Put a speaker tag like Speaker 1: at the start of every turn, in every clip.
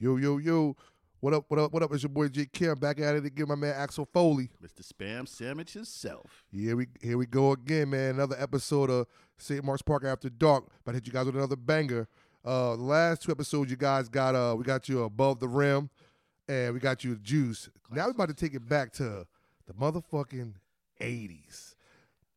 Speaker 1: Yo, yo, yo. What up, what up, what up? It's your boy J. Kim back at it again, my man Axel Foley.
Speaker 2: Mr. Spam Sandwich himself.
Speaker 1: Here we here we go again, man. Another episode of St. Mark's Park After Dark. About to hit you guys with another banger. Uh the last two episodes you guys got uh we got you above the rim and we got you juice. Now we're about to take it back to the motherfucking eighties.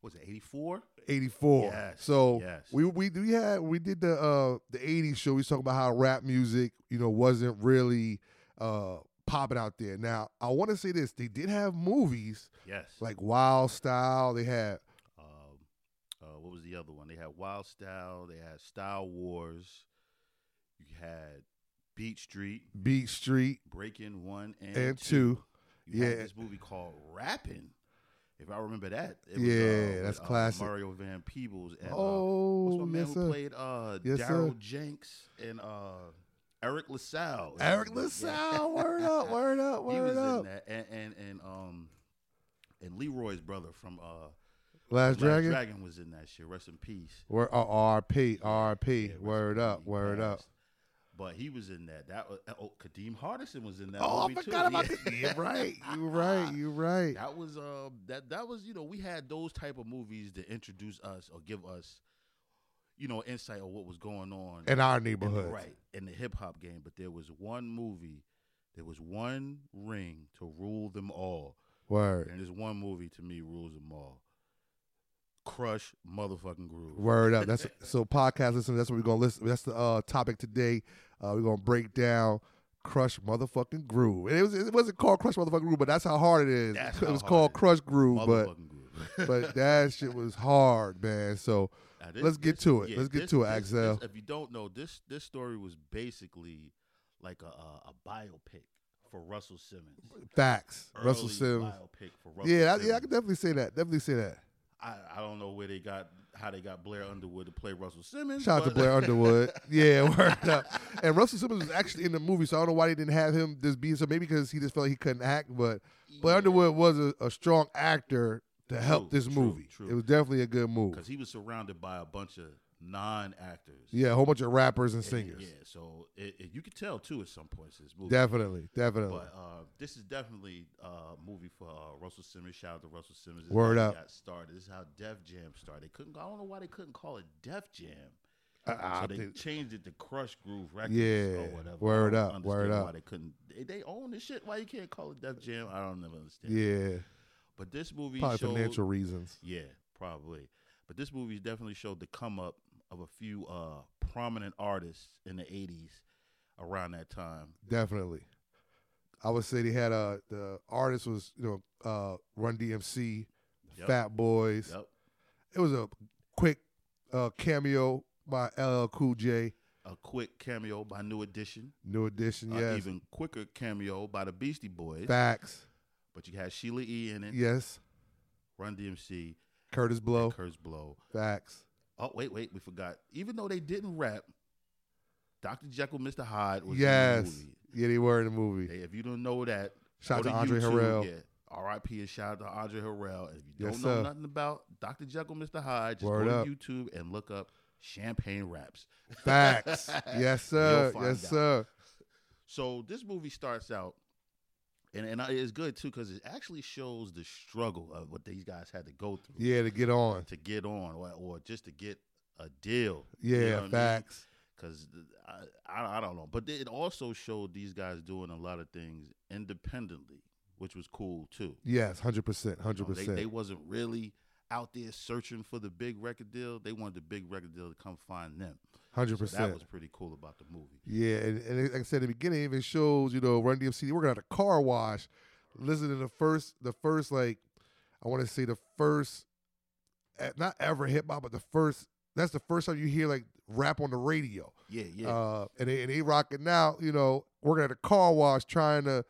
Speaker 2: Was it 84?
Speaker 1: 84.
Speaker 2: Yes,
Speaker 1: so
Speaker 2: yes.
Speaker 1: we we we had we did the uh the 80s show. We was talking about how rap music, you know, wasn't really uh popping out there. Now, I want to say this, they did have movies
Speaker 2: Yes.
Speaker 1: like Wild Style, they had
Speaker 2: um, uh, what was the other one? They had Wild Style. They had Style Wars. You had Beat Street,
Speaker 1: Beat Street
Speaker 2: Breaking One and,
Speaker 1: and 2.
Speaker 2: You
Speaker 1: yeah.
Speaker 2: had this movie called Rapping. If I remember that, it was,
Speaker 1: Yeah,
Speaker 2: uh,
Speaker 1: that's
Speaker 2: with, uh,
Speaker 1: classic.
Speaker 2: Mario Van Peebles and uh, what's
Speaker 1: oh,
Speaker 2: my man
Speaker 1: yes,
Speaker 2: who
Speaker 1: sir.
Speaker 2: played uh,
Speaker 1: Yes, sir.
Speaker 2: Daryl Jenks and uh, Eric LaSalle.
Speaker 1: Eric
Speaker 2: Yeah.
Speaker 1: LaSalle, word up, word up,
Speaker 2: he
Speaker 1: word
Speaker 2: was
Speaker 1: up.
Speaker 2: in that, and, and and um, and Leroy's brother from uh,
Speaker 1: Last
Speaker 2: Last
Speaker 1: Dragon?
Speaker 2: Dragon was in that shit. Rest in peace.
Speaker 1: Word, oh, RP,
Speaker 2: Yeah,
Speaker 1: RP,
Speaker 2: rest in
Speaker 1: word
Speaker 2: peace.
Speaker 1: up,
Speaker 2: He
Speaker 1: word up.
Speaker 2: passed. But he was in that. That was, oh, Kadeem Hardison was in that.
Speaker 1: Oh, I
Speaker 2: movie
Speaker 1: forgot
Speaker 2: too.
Speaker 1: about that. You're right, you're right, you're right.
Speaker 2: That was uh that that was you know we had those type of movies to introduce us or give us, you know, insight on what was going on
Speaker 1: In our
Speaker 2: in the-
Speaker 1: neighborhood.
Speaker 2: right in the hip hop game. But there was one movie, there was one ring to rule them all.
Speaker 1: Word.
Speaker 2: And there's one movie to me rules them all. Crush motherfucking groove.
Speaker 1: Word up. That's so podcast listeners, that's what we're gonna listen. That's the uh, topic today. Uh, we're gonna break down Crush Motherfucking Groove. And it was it wasn't called Crush Motherfucking Groove, but that's how hard it is.
Speaker 2: That's
Speaker 1: it
Speaker 2: how
Speaker 1: was
Speaker 2: hard
Speaker 1: called
Speaker 2: it is.
Speaker 1: Crush Groove, but
Speaker 2: motherfucking groove.
Speaker 1: but that shit was hard, man. So
Speaker 2: Now, this-
Speaker 1: let's get
Speaker 2: this-
Speaker 1: to it. Let's get to it,
Speaker 2: this-
Speaker 1: Axel.
Speaker 2: this- if you don't know, this this story was basically like a a, a biopic for Russell Simmons.
Speaker 1: facts. Russell
Speaker 2: Early
Speaker 1: Simmons.
Speaker 2: biopic for Russell
Speaker 1: Yeah, that,
Speaker 2: Simmons.
Speaker 1: yeah, I can definitely say that. Definitely say that.
Speaker 2: I, I don't know where they got how they got Blair Underwood to play Russell Simmons.
Speaker 1: Shout out to
Speaker 2: but-
Speaker 1: Blair Underwood. Yeah, word up. And Russell Simmons was actually in the movie, so I don't know why they didn't have him just be so maybe because he just felt he couldn't act, but Blair
Speaker 2: Yeah.
Speaker 1: Underwood was a, a strong actor to help
Speaker 2: True,
Speaker 1: this
Speaker 2: true,
Speaker 1: movie.
Speaker 2: true.
Speaker 1: It was definitely a good move.
Speaker 2: because he was surrounded by a bunch of non-actors.
Speaker 1: Yeah, a whole bunch of rappers and
Speaker 2: And-
Speaker 1: singers.
Speaker 2: Yeah, so it, it- you could tell too at some points in this movie.
Speaker 1: Definitely, definitely.
Speaker 2: But uh, this is definitely a movie for uh, Russell Simmons. Shout out to Russell Simmons. This is
Speaker 1: Word
Speaker 2: how
Speaker 1: up.
Speaker 2: He got started. This is how Def Jam started. They couldn't. I don't know why they couldn't call it Def Jam.
Speaker 1: I- Uh, I
Speaker 2: so they
Speaker 1: think-
Speaker 2: changed it to Crush Groove Records
Speaker 1: Yeah.
Speaker 2: or whatever.
Speaker 1: Word
Speaker 2: I don't
Speaker 1: up,
Speaker 2: understand
Speaker 1: word
Speaker 2: Why
Speaker 1: up.
Speaker 2: they couldn't? They, they own this shit. Why you can't call it Def Jam? I don't never understand.
Speaker 1: yeah,
Speaker 2: But this movie
Speaker 1: probably
Speaker 2: showed,
Speaker 1: financial reasons.
Speaker 2: Yeah, probably. But this movie definitely showed the come up of a few uh, prominent artists in the '80s around that time.
Speaker 1: Definitely. I would say they had uh the artist was you know uh Run DMC,
Speaker 2: Yep.
Speaker 1: Fat Boys.
Speaker 2: Yep.
Speaker 1: It was a quick uh cameo by LL Cool J,
Speaker 2: A quick cameo by New Edition.
Speaker 1: New Edition.
Speaker 2: a
Speaker 1: Yes,
Speaker 2: Uh, even quicker cameo by the Beastie Boys.
Speaker 1: facts.
Speaker 2: But you had Sheila E. in it,
Speaker 1: Yes,
Speaker 2: Run DMC,
Speaker 1: Curtis Blow.
Speaker 2: and Curse Blow.
Speaker 1: facts.
Speaker 2: Oh, wait, wait, we forgot. Even though they didn't rap, Dr. Jekyll, Mr. Hyde was in
Speaker 1: Yes,
Speaker 2: the movie.
Speaker 1: yeah, they were in the movie.
Speaker 2: Hey, if you don't know that,
Speaker 1: Shout out
Speaker 2: go
Speaker 1: to Andre
Speaker 2: YouTube,
Speaker 1: Harrell.
Speaker 2: Yeah, R.I.P. and shout out to Andre Harrell. And if you don't
Speaker 1: Yes,
Speaker 2: know
Speaker 1: sir.
Speaker 2: nothing about Dr. Jekyll, Mr. Hyde, just
Speaker 1: Word
Speaker 2: go
Speaker 1: up.
Speaker 2: to YouTube and look up Champagne Raps.
Speaker 1: Facts. yes, sir.
Speaker 2: find
Speaker 1: Yes,
Speaker 2: out.
Speaker 1: sir.
Speaker 2: So this movie starts out, and and I- it's good too because it actually shows the struggle of what these guys had to go through
Speaker 1: Yeah, to get on.
Speaker 2: to get on, or, or just to get a deal.
Speaker 1: Yeah,
Speaker 2: you know what I mean?
Speaker 1: facts.
Speaker 2: Because I, I I don't know, but it also showed these guys doing a lot of things independently, which was cool too.
Speaker 1: Yes, hundred percent,
Speaker 2: You
Speaker 1: hundred
Speaker 2: know, they, they
Speaker 1: percent.
Speaker 2: wasn't really out there searching for the big record deal. They wanted the big record deal to come find them.
Speaker 1: Hundred
Speaker 2: So that
Speaker 1: percent.
Speaker 2: was pretty cool about the movie.
Speaker 1: Yeah, and, and it- like I said in the beginning, it even shows you know Run DMC they working at a car wash. Listen to the first, the first like I want to say the first, eh, not ever hip hop, but the first. That's the first time you hear like rap on the radio.
Speaker 2: Yeah, yeah.
Speaker 1: Uh, and they, and they rocking out, you know, working at a car wash, trying to,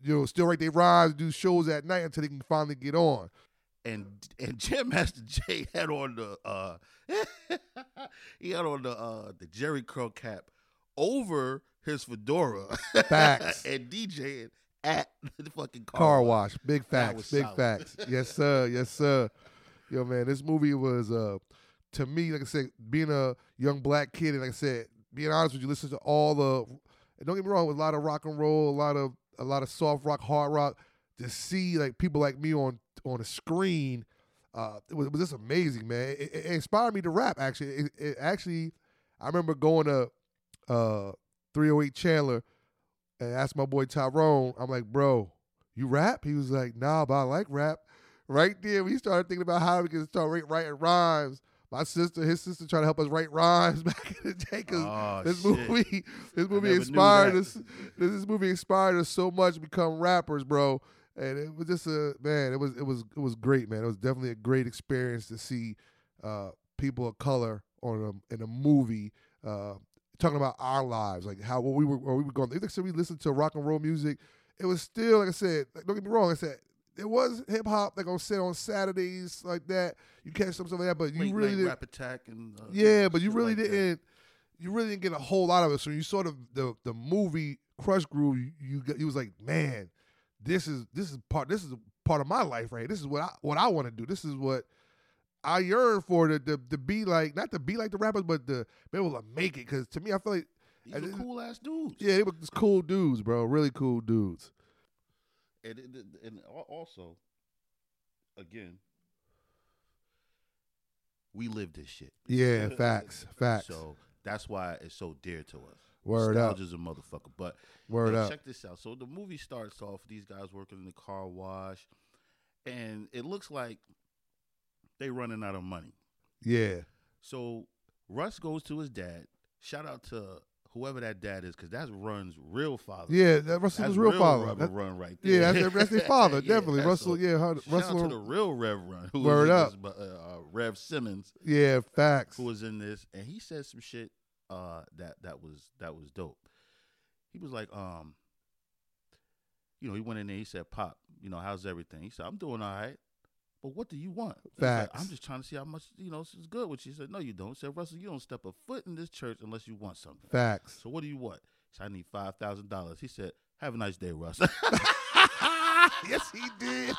Speaker 1: you know, still write their rhymes, do shows at night until they can finally get on.
Speaker 2: and and Jam Master Jay had on the uh he had on the uh, the Jerry Curl cap over his fedora.
Speaker 1: Facts.
Speaker 2: and DJing at the fucking car,
Speaker 1: Car wash. Big
Speaker 2: That
Speaker 1: facts.
Speaker 2: was
Speaker 1: Big
Speaker 2: solid.
Speaker 1: facts. Yes, sir. Yes, sir. Yo, man, this movie was uh to me, like I said, being a young black kid, and like I said, being honest with you, listen to all the and don't get me wrong, with a lot of rock and roll, a lot of a lot of soft rock, hard rock, to see like people like me on on a screen, uh, it was, it was just amazing, man. It, it- it inspired me to rap. Actually, it, it actually, I remember going to uh 308 Chandler and asked my boy Tyrone. I'm like, bro, you rap? He was like, nah, but I like rap. Right there, we started thinking about how we can start wri- writing rhymes. My sister, his sister, tried to help us write rhymes back in the day because
Speaker 2: Oh,
Speaker 1: this
Speaker 2: shit.
Speaker 1: movie, this
Speaker 2: I never
Speaker 1: movie
Speaker 2: knew
Speaker 1: inspired
Speaker 2: that.
Speaker 1: us. This, this movie inspired us so much to become rappers, bro. And it was just a man. It was it was it was great, man. It was definitely a great experience to see uh, people of color on a, in a movie uh, talking about our lives, like how what we were what we were going. through. Like, so we listened to rock and roll music. It was still like I said. Like, don't get me wrong. I said it was hip hop. Like I said on Saturdays like that, you catch some stuff like that. But you
Speaker 2: Late
Speaker 1: really
Speaker 2: night
Speaker 1: didn't.
Speaker 2: rap attack and uh,
Speaker 1: Yeah, but you
Speaker 2: shit
Speaker 1: really
Speaker 2: like that.
Speaker 1: didn't. You really didn't get a whole lot of it. So you saw the the, the movie Crush Groove. You, you got- you was like, man, this is this is part. This is part of my life, right? This is what I what I want to do. This is what I yearn for. To, to to be like, not to be like the rappers, but to be able to make it. Because to me, I feel like
Speaker 2: These
Speaker 1: And
Speaker 2: were
Speaker 1: it-
Speaker 2: cool ass dudes.
Speaker 1: yeah, they were just cool dudes, bro. Really cool dudes.
Speaker 2: and it, it- and al- also, again, we live this shit.
Speaker 1: Yeah, facts, facts.
Speaker 2: So that's why it's so dear to us.
Speaker 1: word up,
Speaker 2: Nostalgia's a motherfucker. But
Speaker 1: word
Speaker 2: now
Speaker 1: up.
Speaker 2: check this out. So the movie starts off these guys working in the car wash, and it looks like they running out of money.
Speaker 1: Yeah,
Speaker 2: So Russ goes to his dad. Shout out to whoever that dad is, because that's Run's real father.
Speaker 1: yeah. That Russell
Speaker 2: That's
Speaker 1: was real father.
Speaker 2: Run,
Speaker 1: That-
Speaker 2: Run right there.
Speaker 1: yeah, that's, that's their father,
Speaker 2: Yeah,
Speaker 1: definitely.
Speaker 2: that's
Speaker 1: Russell,
Speaker 2: a-
Speaker 1: yeah, her-
Speaker 2: Shout out to the
Speaker 1: Russell,
Speaker 2: real Rev Run, who
Speaker 1: Word
Speaker 2: was in
Speaker 1: up.
Speaker 2: this, but, uh, uh, Rev Simmons,
Speaker 1: yeah, facts.
Speaker 2: who was in this, and he said some shit uh, that that was that was dope. He was like, um, you know, he went in there. He said, "Pop, you know, how's everything?" He said, "I'm doing all right." But what do you want? He was like,
Speaker 1: Facts.
Speaker 2: I'm just trying to see how much you know is good. Which he said, "No, you don't." He said Russell, "You don't step a foot in this church unless you want something."
Speaker 1: Facts.
Speaker 2: So what do you want? He said, I need five thousand dollars. He said, Have a nice day, Russ.
Speaker 1: yes, he did.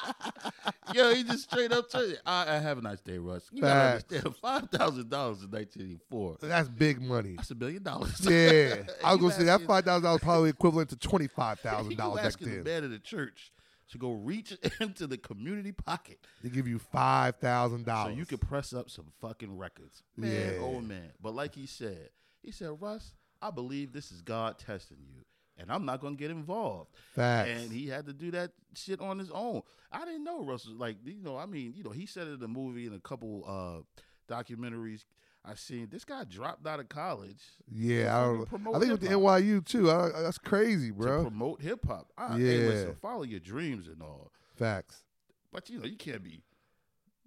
Speaker 2: Yo, he just straight up told you, I, I have a nice day, Russ. You gotta
Speaker 1: Facts.
Speaker 2: understand, five thousand dollars in nineteen eighty four.
Speaker 1: That's big money.
Speaker 2: That's a million dollars.
Speaker 1: Yeah, I
Speaker 2: You
Speaker 1: was gonna say that
Speaker 2: asking-
Speaker 1: five thousand dollars probably equivalent to twenty five thousand
Speaker 2: you
Speaker 1: dollars back
Speaker 2: asking
Speaker 1: then.
Speaker 2: the man of the church to go reach into the community pocket
Speaker 1: They give you five thousand
Speaker 2: so
Speaker 1: dollars.
Speaker 2: you could press up some fucking records. Man,
Speaker 1: Yeah.
Speaker 2: oh man. But like he said, he said, Russ, I believe this is God testing you. And I'm not gonna get involved.
Speaker 1: facts.
Speaker 2: and he had to do that shit on his own. I didn't know Russell like you know. I mean, you know, he said it in the movie and a couple uh documentaries I seen. This guy dropped out of college
Speaker 1: yeah, I
Speaker 2: to
Speaker 1: don't.
Speaker 2: promote
Speaker 1: I think with the
Speaker 2: hip-hop.
Speaker 1: NYU too. I, I- that's crazy,
Speaker 2: "Oh, to
Speaker 1: bro.
Speaker 2: promote hip hop. Ah, Hey,
Speaker 1: Yeah.
Speaker 2: listen, follow your dreams and all,
Speaker 1: facts.
Speaker 2: but you know you can't be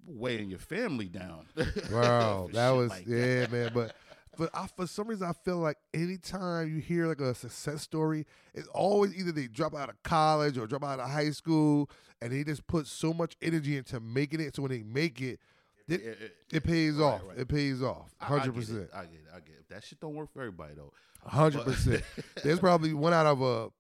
Speaker 2: weighing your family down.
Speaker 1: Wow,
Speaker 2: For
Speaker 1: that
Speaker 2: shit
Speaker 1: was
Speaker 2: like
Speaker 1: yeah, man. But but I, for some reason, I feel like anytime you hear like a success story, it's always either they drop out of college or drop out of high school, and they just put so much energy into making it. So when they make it, it,
Speaker 2: It, it- it-
Speaker 1: it pays
Speaker 2: Right,
Speaker 1: off.
Speaker 2: right.
Speaker 1: It pays off.
Speaker 2: I- I get it.
Speaker 1: Hundred percent.
Speaker 2: I get it. I get it. That shit don't work for everybody though.
Speaker 1: Hundred
Speaker 2: But-
Speaker 1: percent. There's probably one out of a,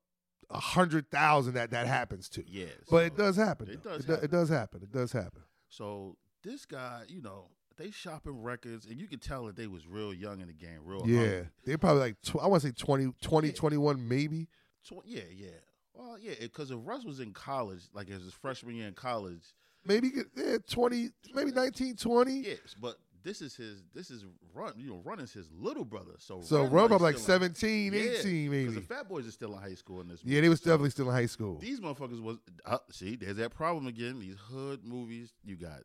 Speaker 1: a hundred thousand that that happens to.
Speaker 2: yeah,
Speaker 1: But it
Speaker 2: so-
Speaker 1: does happen.
Speaker 2: it
Speaker 1: though.
Speaker 2: does
Speaker 1: do-
Speaker 2: happen.
Speaker 1: It does happen. It does happen.
Speaker 2: So this guy, you know, they shopping records, and you could tell that they was real young in the game, real
Speaker 1: yeah,
Speaker 2: hungry.
Speaker 1: they're probably like tw- I want to say 20, 20 21 maybe.
Speaker 2: Tw- yeah, yeah. Well, yeah, because if Russ was in college, like as his freshman year in college,
Speaker 1: maybe get- yeah, 20, maybe 19, 20.
Speaker 2: yes. But this is his, this is run. You know, run is his little brother. So
Speaker 1: So
Speaker 2: Run
Speaker 1: Rub
Speaker 2: might
Speaker 1: up like
Speaker 2: still in-
Speaker 1: 17,
Speaker 2: Yeah,
Speaker 1: 18
Speaker 2: 'cause the
Speaker 1: maybe.
Speaker 2: Fat Boys are still in high school in this.
Speaker 1: Yeah,
Speaker 2: movie.
Speaker 1: they was
Speaker 2: So
Speaker 1: definitely still in high school.
Speaker 2: These motherfuckers was uh, see. There's that problem again. These hood movies. You got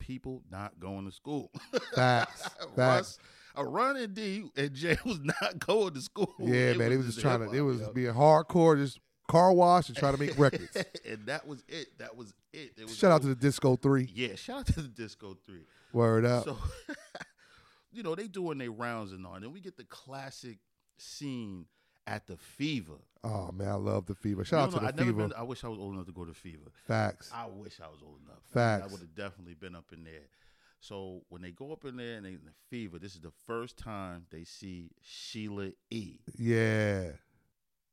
Speaker 2: people not going to school.
Speaker 1: Facts. Facts.
Speaker 2: Russ, uh, Ron and D and Jay was not going to school.
Speaker 1: Yeah, man, they was
Speaker 2: his
Speaker 1: just trying to.
Speaker 2: hip-hop,
Speaker 1: They was
Speaker 2: yo.
Speaker 1: being hardcore, just car wash and trying to make records.
Speaker 2: and that was it. That was it. it was
Speaker 1: Shout out to
Speaker 2: over.
Speaker 1: the Disco Three.
Speaker 2: yeah. Shout out to the Disco Three.
Speaker 1: Word up.
Speaker 2: So, you know, they doing their rounds and all, and then we get the classic scene at the Fever.
Speaker 1: oh man, I love the Fever.
Speaker 2: You
Speaker 1: Shout
Speaker 2: don't
Speaker 1: out
Speaker 2: know,
Speaker 1: to
Speaker 2: I've
Speaker 1: the
Speaker 2: never
Speaker 1: Fever.
Speaker 2: been- I wish I was old enough to go to Fever.
Speaker 1: Facts.
Speaker 2: I wish I was old enough. I
Speaker 1: Facts.
Speaker 2: would have definitely been up in there. So when they go up in there and they in the fever, this is the first time they see Sheila E.
Speaker 1: Yeah.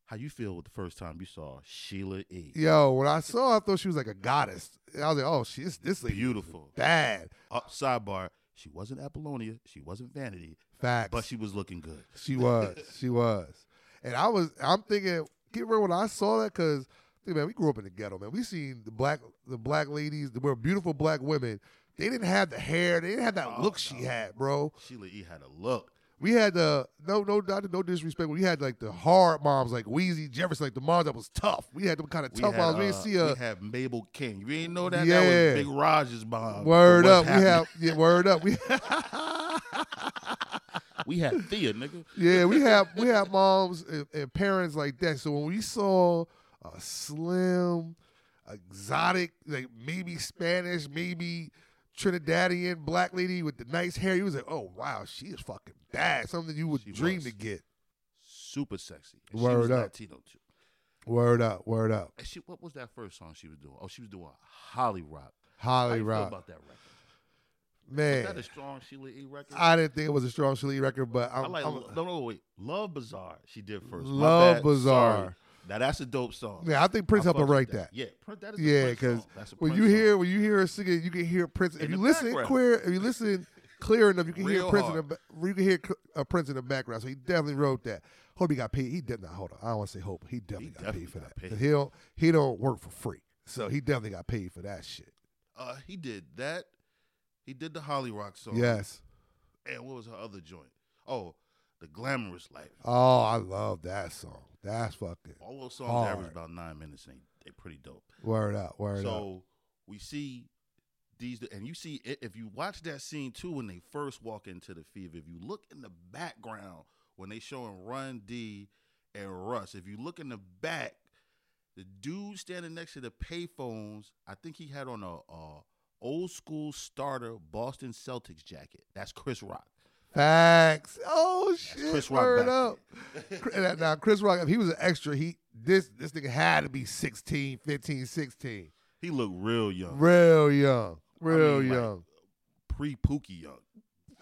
Speaker 2: How you feel with the first time you saw Sheila E?
Speaker 1: Yo, when I saw her, I thought she was like a goddess. And I was like, oh, she this this lady
Speaker 2: Beautiful.
Speaker 1: bad.
Speaker 2: Uh, sidebar: She wasn't Apollonia, she wasn't Vanity,
Speaker 1: Facts.
Speaker 2: but she was looking good.
Speaker 1: She was. She was. And I was. I'm thinking. Get real when I saw that because. Man, we grew up in the ghetto, man. We seen the black, the black ladies, the were beautiful black women. They didn't have the hair. They didn't have that
Speaker 2: Oh,
Speaker 1: look she
Speaker 2: no.
Speaker 1: had, bro.
Speaker 2: Sheila E had a look.
Speaker 1: We had the no, no, not, no disrespect. We had like the hard moms, like Wheezy Jefferson, like the moms that was tough. We had them kind of
Speaker 2: We
Speaker 1: tough
Speaker 2: had,
Speaker 1: moms. we didn't
Speaker 2: uh,
Speaker 1: see a
Speaker 2: we had Mabel King. You ain't know that?
Speaker 1: Yeah.
Speaker 2: That was Big Rogers bomb.
Speaker 1: word
Speaker 2: What's
Speaker 1: up.
Speaker 2: happening?
Speaker 1: We have yeah, word up. We
Speaker 2: we had Thea, nigga.
Speaker 1: Yeah, we have we have moms and, and parents like that. So when we saw a slim, exotic, like maybe Spanish, maybe Trinidadian black lady with the nice hair, you was like, oh wow, she is fucking bad. Something you would
Speaker 2: She
Speaker 1: dream
Speaker 2: was.
Speaker 1: to get.
Speaker 2: Super sexy. And she
Speaker 1: Word
Speaker 2: was
Speaker 1: up.
Speaker 2: Latino too.
Speaker 1: Word up, word up.
Speaker 2: And she, what was that first song she was doing? Oh, she was doing Holly Rock. How
Speaker 1: Holly
Speaker 2: you feel
Speaker 1: Rock,
Speaker 2: about that record? Is that
Speaker 1: man.
Speaker 2: a strong Sheila E record?
Speaker 1: I didn't think it was a strong Shelly record, but
Speaker 2: I
Speaker 1: I'm,
Speaker 2: like.
Speaker 1: I'm-
Speaker 2: no, no, wait. Love Bazaar. She did first. My
Speaker 1: Love
Speaker 2: bad.
Speaker 1: Bazaar.
Speaker 2: Sorry. Now that's a dope song.
Speaker 1: yeah, I think Prince
Speaker 2: I
Speaker 1: helped her
Speaker 2: fuck with
Speaker 1: write that.
Speaker 2: Yeah, Prince. That is
Speaker 1: Yeah,
Speaker 2: because
Speaker 1: 'cause
Speaker 2: that's a
Speaker 1: When
Speaker 2: Prince
Speaker 1: you
Speaker 2: song.
Speaker 1: hear when you hear her singing, you can hear Prince. If
Speaker 2: In
Speaker 1: you
Speaker 2: the
Speaker 1: listen
Speaker 2: background.
Speaker 1: clear, if you listen clear enough, you can hear
Speaker 2: Real
Speaker 1: Prince. In the,
Speaker 2: hard.
Speaker 1: ba- you can hear a Prince in the background. So he definitely wrote that. Hope he got paid. He did not. Hold on, I don't want to say hope. He definitely got
Speaker 2: definitely
Speaker 1: paid for
Speaker 2: got
Speaker 1: that. 'Cause
Speaker 2: paid.
Speaker 1: He don't. He don't work for free. So he definitely got paid for that shit.
Speaker 2: uh, he did that. He did the Holly Rock song.
Speaker 1: yes.
Speaker 2: And what was her other joint? Oh, the Glamorous Life.
Speaker 1: Oh, I love that song. That's fucking
Speaker 2: All those songs
Speaker 1: Hard.
Speaker 2: average about nine minutes, and they, they pretty dope.
Speaker 1: word up. Word up.
Speaker 2: so we see these, and you see i- if you watch that scene too when they first walk into the fever. If you look in the background when they showing Run D and Russ, if you look in the back, the dude standing next to the payphones, I think he had on a, a old school starter Boston Celtics jacket. That's Chris Rock.
Speaker 1: Facts. Oh
Speaker 2: That's
Speaker 1: shit.
Speaker 2: Chris Rock.
Speaker 1: word
Speaker 2: back
Speaker 1: up.
Speaker 2: there.
Speaker 1: Chris- now- now Chris Rock, if he was an extra, he this this nigga had to be 16, 15, 16.
Speaker 2: he looked real young,
Speaker 1: Real young.
Speaker 2: mean,
Speaker 1: Real
Speaker 2: like-
Speaker 1: young.
Speaker 2: pre Pookie young.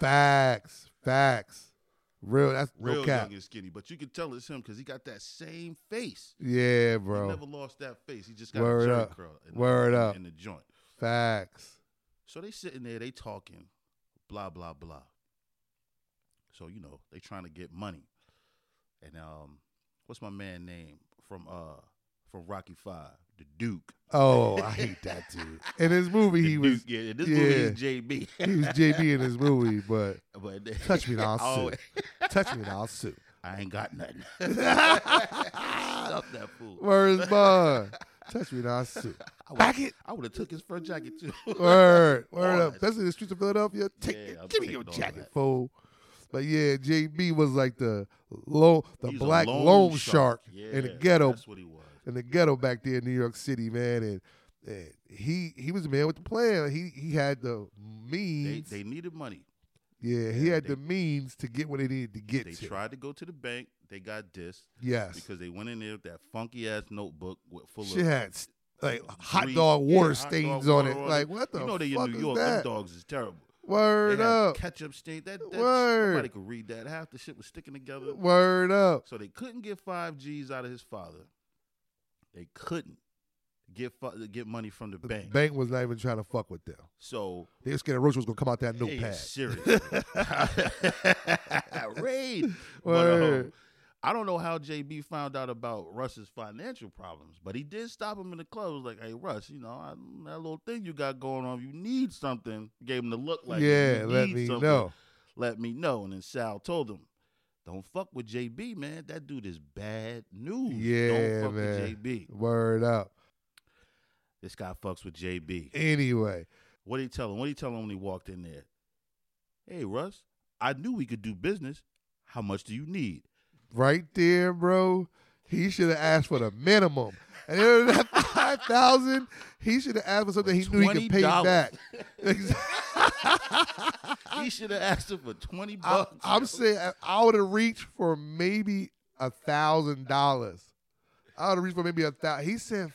Speaker 1: facts. Facts. Real that's
Speaker 2: real
Speaker 1: no cap.
Speaker 2: young and skinny, but you can tell it's him because he got that same face.
Speaker 1: Yeah,
Speaker 2: He
Speaker 1: bro.
Speaker 2: never lost that face. He just got
Speaker 1: Word
Speaker 2: a jerk
Speaker 1: up.
Speaker 2: curl. In
Speaker 1: Word
Speaker 2: the,
Speaker 1: up.
Speaker 2: in the joint.
Speaker 1: Facts.
Speaker 2: So they sitting there, they talking, blah blah blah. So you know they trying to get money, and um, what's my man name from uh from Rocky Five, the Duke.
Speaker 1: Oh, I hate that dude. In his movie,
Speaker 2: The
Speaker 1: he
Speaker 2: Duke,
Speaker 1: was
Speaker 2: yeah. This movie
Speaker 1: yeah.
Speaker 2: is JB.
Speaker 1: he was JB in his movie, but
Speaker 2: but
Speaker 1: touch me and I'll
Speaker 2: Oh,
Speaker 1: sue. touch me and I'll sue.
Speaker 2: I ain't got nothing. Stop that fool.
Speaker 1: Where's bud? Touch me and I'll sue.
Speaker 2: I would-
Speaker 1: Back it.
Speaker 2: I would have took his fur jacket too.
Speaker 1: Word, word
Speaker 2: All
Speaker 1: up.
Speaker 2: that.
Speaker 1: Especially in the streets of Philadelphia. Take,
Speaker 2: Yeah, I'm
Speaker 1: give me your
Speaker 2: taking all
Speaker 1: jacket,
Speaker 2: that.
Speaker 1: fool. But yeah, JB was like the low, the
Speaker 2: He was a
Speaker 1: black
Speaker 2: loan
Speaker 1: loan shark, in the
Speaker 2: Yeah,
Speaker 1: ghetto,
Speaker 2: That's what he was.
Speaker 1: in the ghetto back there in New York City, man. And, and he he was a man with the plan. He he had the
Speaker 2: They,
Speaker 1: means.
Speaker 2: they needed money.
Speaker 1: yeah, he
Speaker 2: yeah,
Speaker 1: had
Speaker 2: they-
Speaker 1: the means to get what they needed to get
Speaker 2: They
Speaker 1: to.
Speaker 2: tried to go to the bank. They got dissed
Speaker 1: yes,
Speaker 2: because they went in there with that funky ass notebook with full
Speaker 1: she
Speaker 2: of.
Speaker 1: had s- like hot
Speaker 2: grease.
Speaker 1: dog
Speaker 2: Yeah,
Speaker 1: water
Speaker 2: hot dog
Speaker 1: stains on
Speaker 2: water
Speaker 1: it.
Speaker 2: on
Speaker 1: like
Speaker 2: it.
Speaker 1: what the
Speaker 2: you know they
Speaker 1: fuck
Speaker 2: in New
Speaker 1: is
Speaker 2: York. Them
Speaker 1: that?
Speaker 2: dogs is terrible. They
Speaker 1: Word
Speaker 2: had
Speaker 1: up,
Speaker 2: Ketchup stain. That, that shit,
Speaker 1: Word.
Speaker 2: nobody could read that. Half the shit was sticking together.
Speaker 1: word up.
Speaker 2: So they couldn't get five G's out of his father. They couldn't get fu- get money from the
Speaker 1: The
Speaker 2: bank.
Speaker 1: bank was not even trying to fuck with them.
Speaker 2: So
Speaker 1: They were scared Roach was gonna come out that
Speaker 2: Hey,
Speaker 1: notepad.
Speaker 2: seriously. Raid. But, um,
Speaker 1: Word.
Speaker 2: I don't know how JB found out about Russ's financial problems, but he did stop him in the club. He was like, hey, Russ, you know, I, that little thing you got going on, you need something. Gave him the look like,
Speaker 1: yeah,
Speaker 2: "You
Speaker 1: let
Speaker 2: need
Speaker 1: me
Speaker 2: something.
Speaker 1: know.
Speaker 2: Let me know. And then Sal told him, don't fuck with JB, man. That dude is bad news.
Speaker 1: Yeah,
Speaker 2: don't fuck
Speaker 1: man.
Speaker 2: with JB.
Speaker 1: Word up.
Speaker 2: This guy fucks with JB.
Speaker 1: Anyway,
Speaker 2: What did he tell him? What did he tell him when he walked in there? Hey, Russ, I knew we could do business. How much do you need?
Speaker 1: right there, bro. He should have asked for the minimum. And then that five thousand, he should have asked for something he knew he could pay
Speaker 2: $20.
Speaker 1: back.
Speaker 2: He should have asked him for twenty
Speaker 1: I,
Speaker 2: bucks.
Speaker 1: I'm
Speaker 2: yo.
Speaker 1: saying I- I would have reached for maybe a thousand dollars. I would have reached for maybe a thousand. He said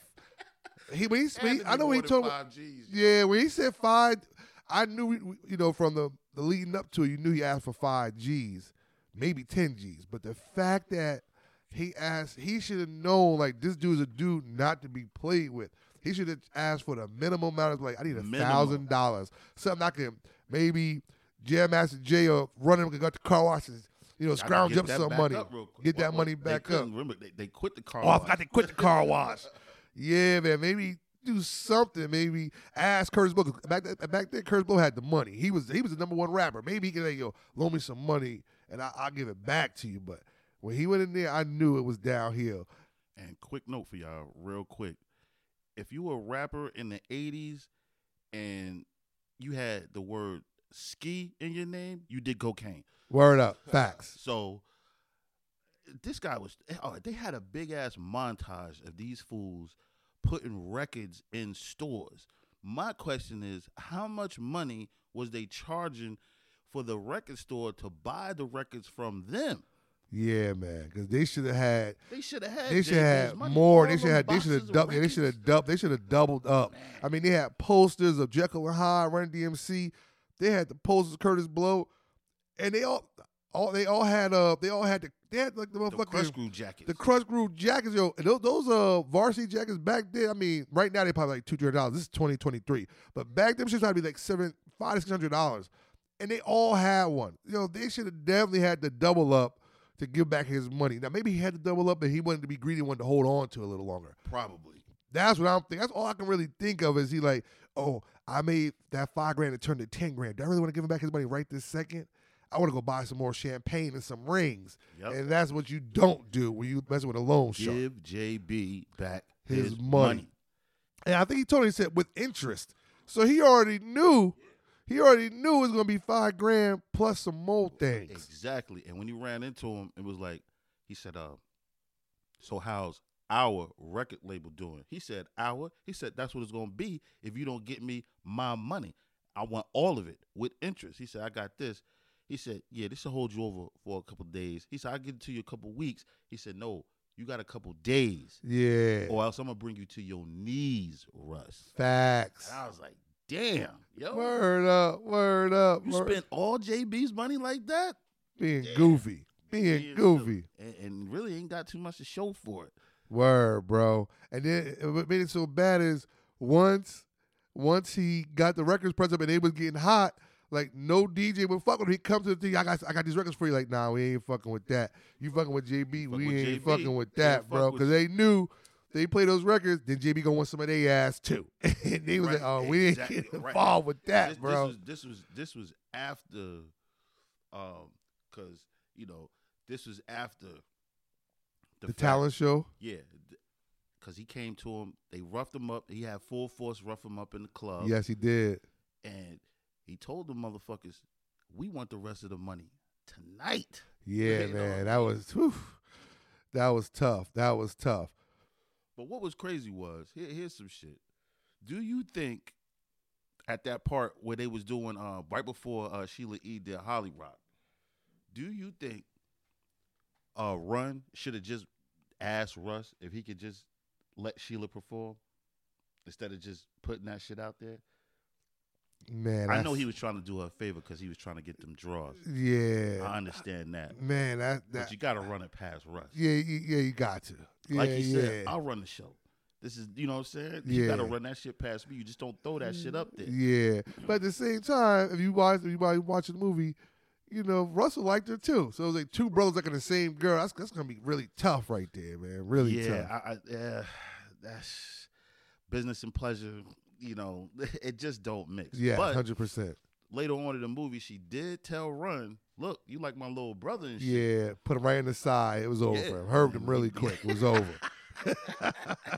Speaker 1: he when he,
Speaker 2: Had
Speaker 1: when he
Speaker 2: to
Speaker 1: I
Speaker 2: be
Speaker 1: know when
Speaker 2: more
Speaker 1: he
Speaker 2: than
Speaker 1: told me
Speaker 2: five G's.
Speaker 1: Yeah, when he said five, I knew, we- we- you know, from the, the leading up to it, you knew he asked for five G's, maybe 10 G's. But the fact that he asked, he should have known, like, this dude's a dude not to be played with. He should have asked for the minimum amount of, like, I need a
Speaker 2: Minimum.
Speaker 1: thousand dollars. Something I can maybe Jam Master J or run him, go to car washes, you know,
Speaker 2: I can
Speaker 1: scrounge
Speaker 2: get
Speaker 1: up
Speaker 2: that
Speaker 1: some
Speaker 2: back
Speaker 1: money.
Speaker 2: up real quick.
Speaker 1: Get that
Speaker 2: Well,
Speaker 1: money
Speaker 2: they
Speaker 1: back
Speaker 2: couldn't
Speaker 1: up.
Speaker 2: Remember, they, they quit the car.
Speaker 1: Oh, I
Speaker 2: wash.
Speaker 1: forgot to quit the car wash. Yeah, man. Maybe do something. Maybe ask Curtis Blow. 'Cause Back, th- back then, Curtis Blow had the money. He was he was the number one rapper. Maybe he could like, yo loan me some money and I, I'll give it back to you. But when he went in there, I knew it was downhill.
Speaker 2: And quick note for y'all, real quick. If you were a rapper in the 80s and you had the word ski in your name, you did cocaine.
Speaker 1: Word up, facts.
Speaker 2: So this guy was oh, they had a big ass montage of these fools putting records in stores. My question is, how much money was they charging for the record store to buy the records from them?
Speaker 1: Yeah, man. Because they should have had
Speaker 2: They should have had.
Speaker 1: they should
Speaker 2: J. Cole's
Speaker 1: have had
Speaker 2: money.
Speaker 1: more.
Speaker 2: All
Speaker 1: They should
Speaker 2: them
Speaker 1: have they should
Speaker 2: boxes
Speaker 1: have
Speaker 2: of
Speaker 1: doubled. They should
Speaker 2: records.
Speaker 1: have doubled. They should have doubled up.
Speaker 2: Man.
Speaker 1: I mean, they had posters of Jekyll and Hyde, Run DMC. They had the posters of Curtis Blow, and they all, all they all had uh they all had the they had like the
Speaker 2: the crush
Speaker 1: motherfucking
Speaker 2: screw jackets.
Speaker 1: the Crush Groove jackets yo and those those uh varsity jackets back then. I mean, right now they probably like two three hundred dollars. This is twenty twenty three, but back then shit probably be like seven five to six hundred dollars, and they all had one. You know, they should have definitely had to double up. To give back his money. Now maybe he had to double up, and he wanted to be greedy, and wanted to hold on to a little longer.
Speaker 2: probably.
Speaker 1: That's what I'm thinking. That's all I can really think of is he like, oh, I made that five grand and turned to ten grand. Do I really want to give him back his money right this second? I want to go buy some more champagne and some rings.
Speaker 2: Yep.
Speaker 1: And that's what you don't do when you mess with a loan shark.
Speaker 2: Give JB back
Speaker 1: His
Speaker 2: his,
Speaker 1: money.
Speaker 2: money.
Speaker 1: And I think he told him, he said, with interest. So he already knew, he already knew it was going to be five grand plus some more things.
Speaker 2: Exactly. And when you ran into him, it was like he said, uh, so how's our record label doing? He said, Our? He said, That's what it's gonna be if you don't get me my money. I want all of it with interest. He said, I got this. He said, Yeah, this will hold you over for a couple days. He said, I'll get it to you a couple weeks. He said, No, you got a couple days.
Speaker 1: Yeah.
Speaker 2: Or else I'm gonna bring you to your knees, Russ.
Speaker 1: Facts.
Speaker 2: And I was like, damn, yo,
Speaker 1: Word up, word up.
Speaker 2: you
Speaker 1: word-
Speaker 2: spent all JB's money like that?
Speaker 1: being
Speaker 2: Yeah.
Speaker 1: goofy. Being
Speaker 2: Yeah,
Speaker 1: goofy.
Speaker 2: And, and really ain't got too much to show for it.
Speaker 1: Word, bro. And then uh, what made it so bad is once once he got the records pressed up and they was getting hot, like no DJ would fuck with him. He comes to the thing, I got I got these records for you. Like, nah, we ain't fucking with that. You fucking with JB,
Speaker 2: Fuck
Speaker 1: we
Speaker 2: with
Speaker 1: ain't
Speaker 2: JB.
Speaker 1: fucking with
Speaker 2: Can't
Speaker 1: that,
Speaker 2: fuck
Speaker 1: bro.
Speaker 2: with
Speaker 1: Cause they knew they play those records, then JB gonna want some of their ass too. and they was
Speaker 2: Right,
Speaker 1: like, Oh, we ain't
Speaker 2: exactly,
Speaker 1: getting
Speaker 2: right.
Speaker 1: involved with that,
Speaker 2: this,
Speaker 1: bro.
Speaker 2: This was this was this was after, um, cause you know this was after
Speaker 1: the
Speaker 2: fact-
Speaker 1: talent show.
Speaker 2: Yeah, th- cause he came to him. They roughed him up. He had full force rough him up in the club.
Speaker 1: yes, he did.
Speaker 2: and he told the motherfuckers, "We want the rest of the money tonight."
Speaker 1: Yeah,
Speaker 2: Later
Speaker 1: man.
Speaker 2: on.
Speaker 1: That was whew, that was tough. That was tough.
Speaker 2: But what was crazy was here, here's some shit. Do you think at that part where they was doing uh, right before uh, Sheila E did Holly Rock, do you think uh, Run should have just asked Russ if he could just let Sheila perform instead of just putting that shit out there?
Speaker 1: Man,
Speaker 2: I
Speaker 1: that's-
Speaker 2: know he was trying to do her a favor because he was trying to get them draws.
Speaker 1: Yeah,
Speaker 2: I understand that,
Speaker 1: man, that, that
Speaker 2: but you got to run it past Russ.
Speaker 1: yeah, you, yeah, you got to. Yeah,
Speaker 2: like you
Speaker 1: yeah.
Speaker 2: said, I'll run the show. This is, you know what I'm saying? You got to
Speaker 1: Yeah.
Speaker 2: run that shit past me. You just don't throw that shit up there.
Speaker 1: yeah, but at the same time, if you watch, if you watch- watch the movie, you know Russell liked her too. So it was like two brothers liking the same girl. That's that's gonna be really tough, right there, man. Really
Speaker 2: yeah,
Speaker 1: tough.
Speaker 2: I, I, yeah, that's business and pleasure. You know, it just don't mix.
Speaker 1: Yeah,
Speaker 2: but
Speaker 1: hundred percent.
Speaker 2: later on in the movie, she did tell Run, "Look, you like my little brother and shit."
Speaker 1: Yeah, put him right in the side. It was over
Speaker 2: Yeah.
Speaker 1: for him. Herbed him really quick. It was over.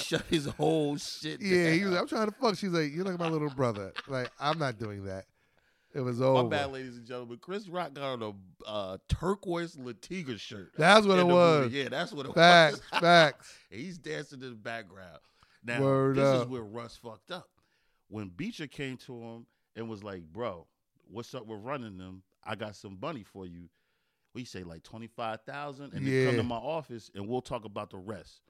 Speaker 2: Shut his whole shit.
Speaker 1: Yeah, he
Speaker 2: down.
Speaker 1: was. Like, I'm trying to fuck. She's like, you're like my little brother. Like I'm not doing that. It was
Speaker 2: my
Speaker 1: over.
Speaker 2: bad, ladies and gentlemen. Chris Rock got on a uh, turquoise Latiga shirt.
Speaker 1: That's what
Speaker 2: in
Speaker 1: it
Speaker 2: the movie.
Speaker 1: was.
Speaker 2: Yeah, that's what it
Speaker 1: Facts,
Speaker 2: was.
Speaker 1: facts.
Speaker 2: He's dancing in the background. Now
Speaker 1: Word
Speaker 2: this
Speaker 1: up.
Speaker 2: is where Russ fucked up. When Beecher came to him and was like, "Bro, what's up with running them? I got some money for you." We say like twenty five thousand, and then come
Speaker 1: Yeah.
Speaker 2: to my office and we'll talk about the rest.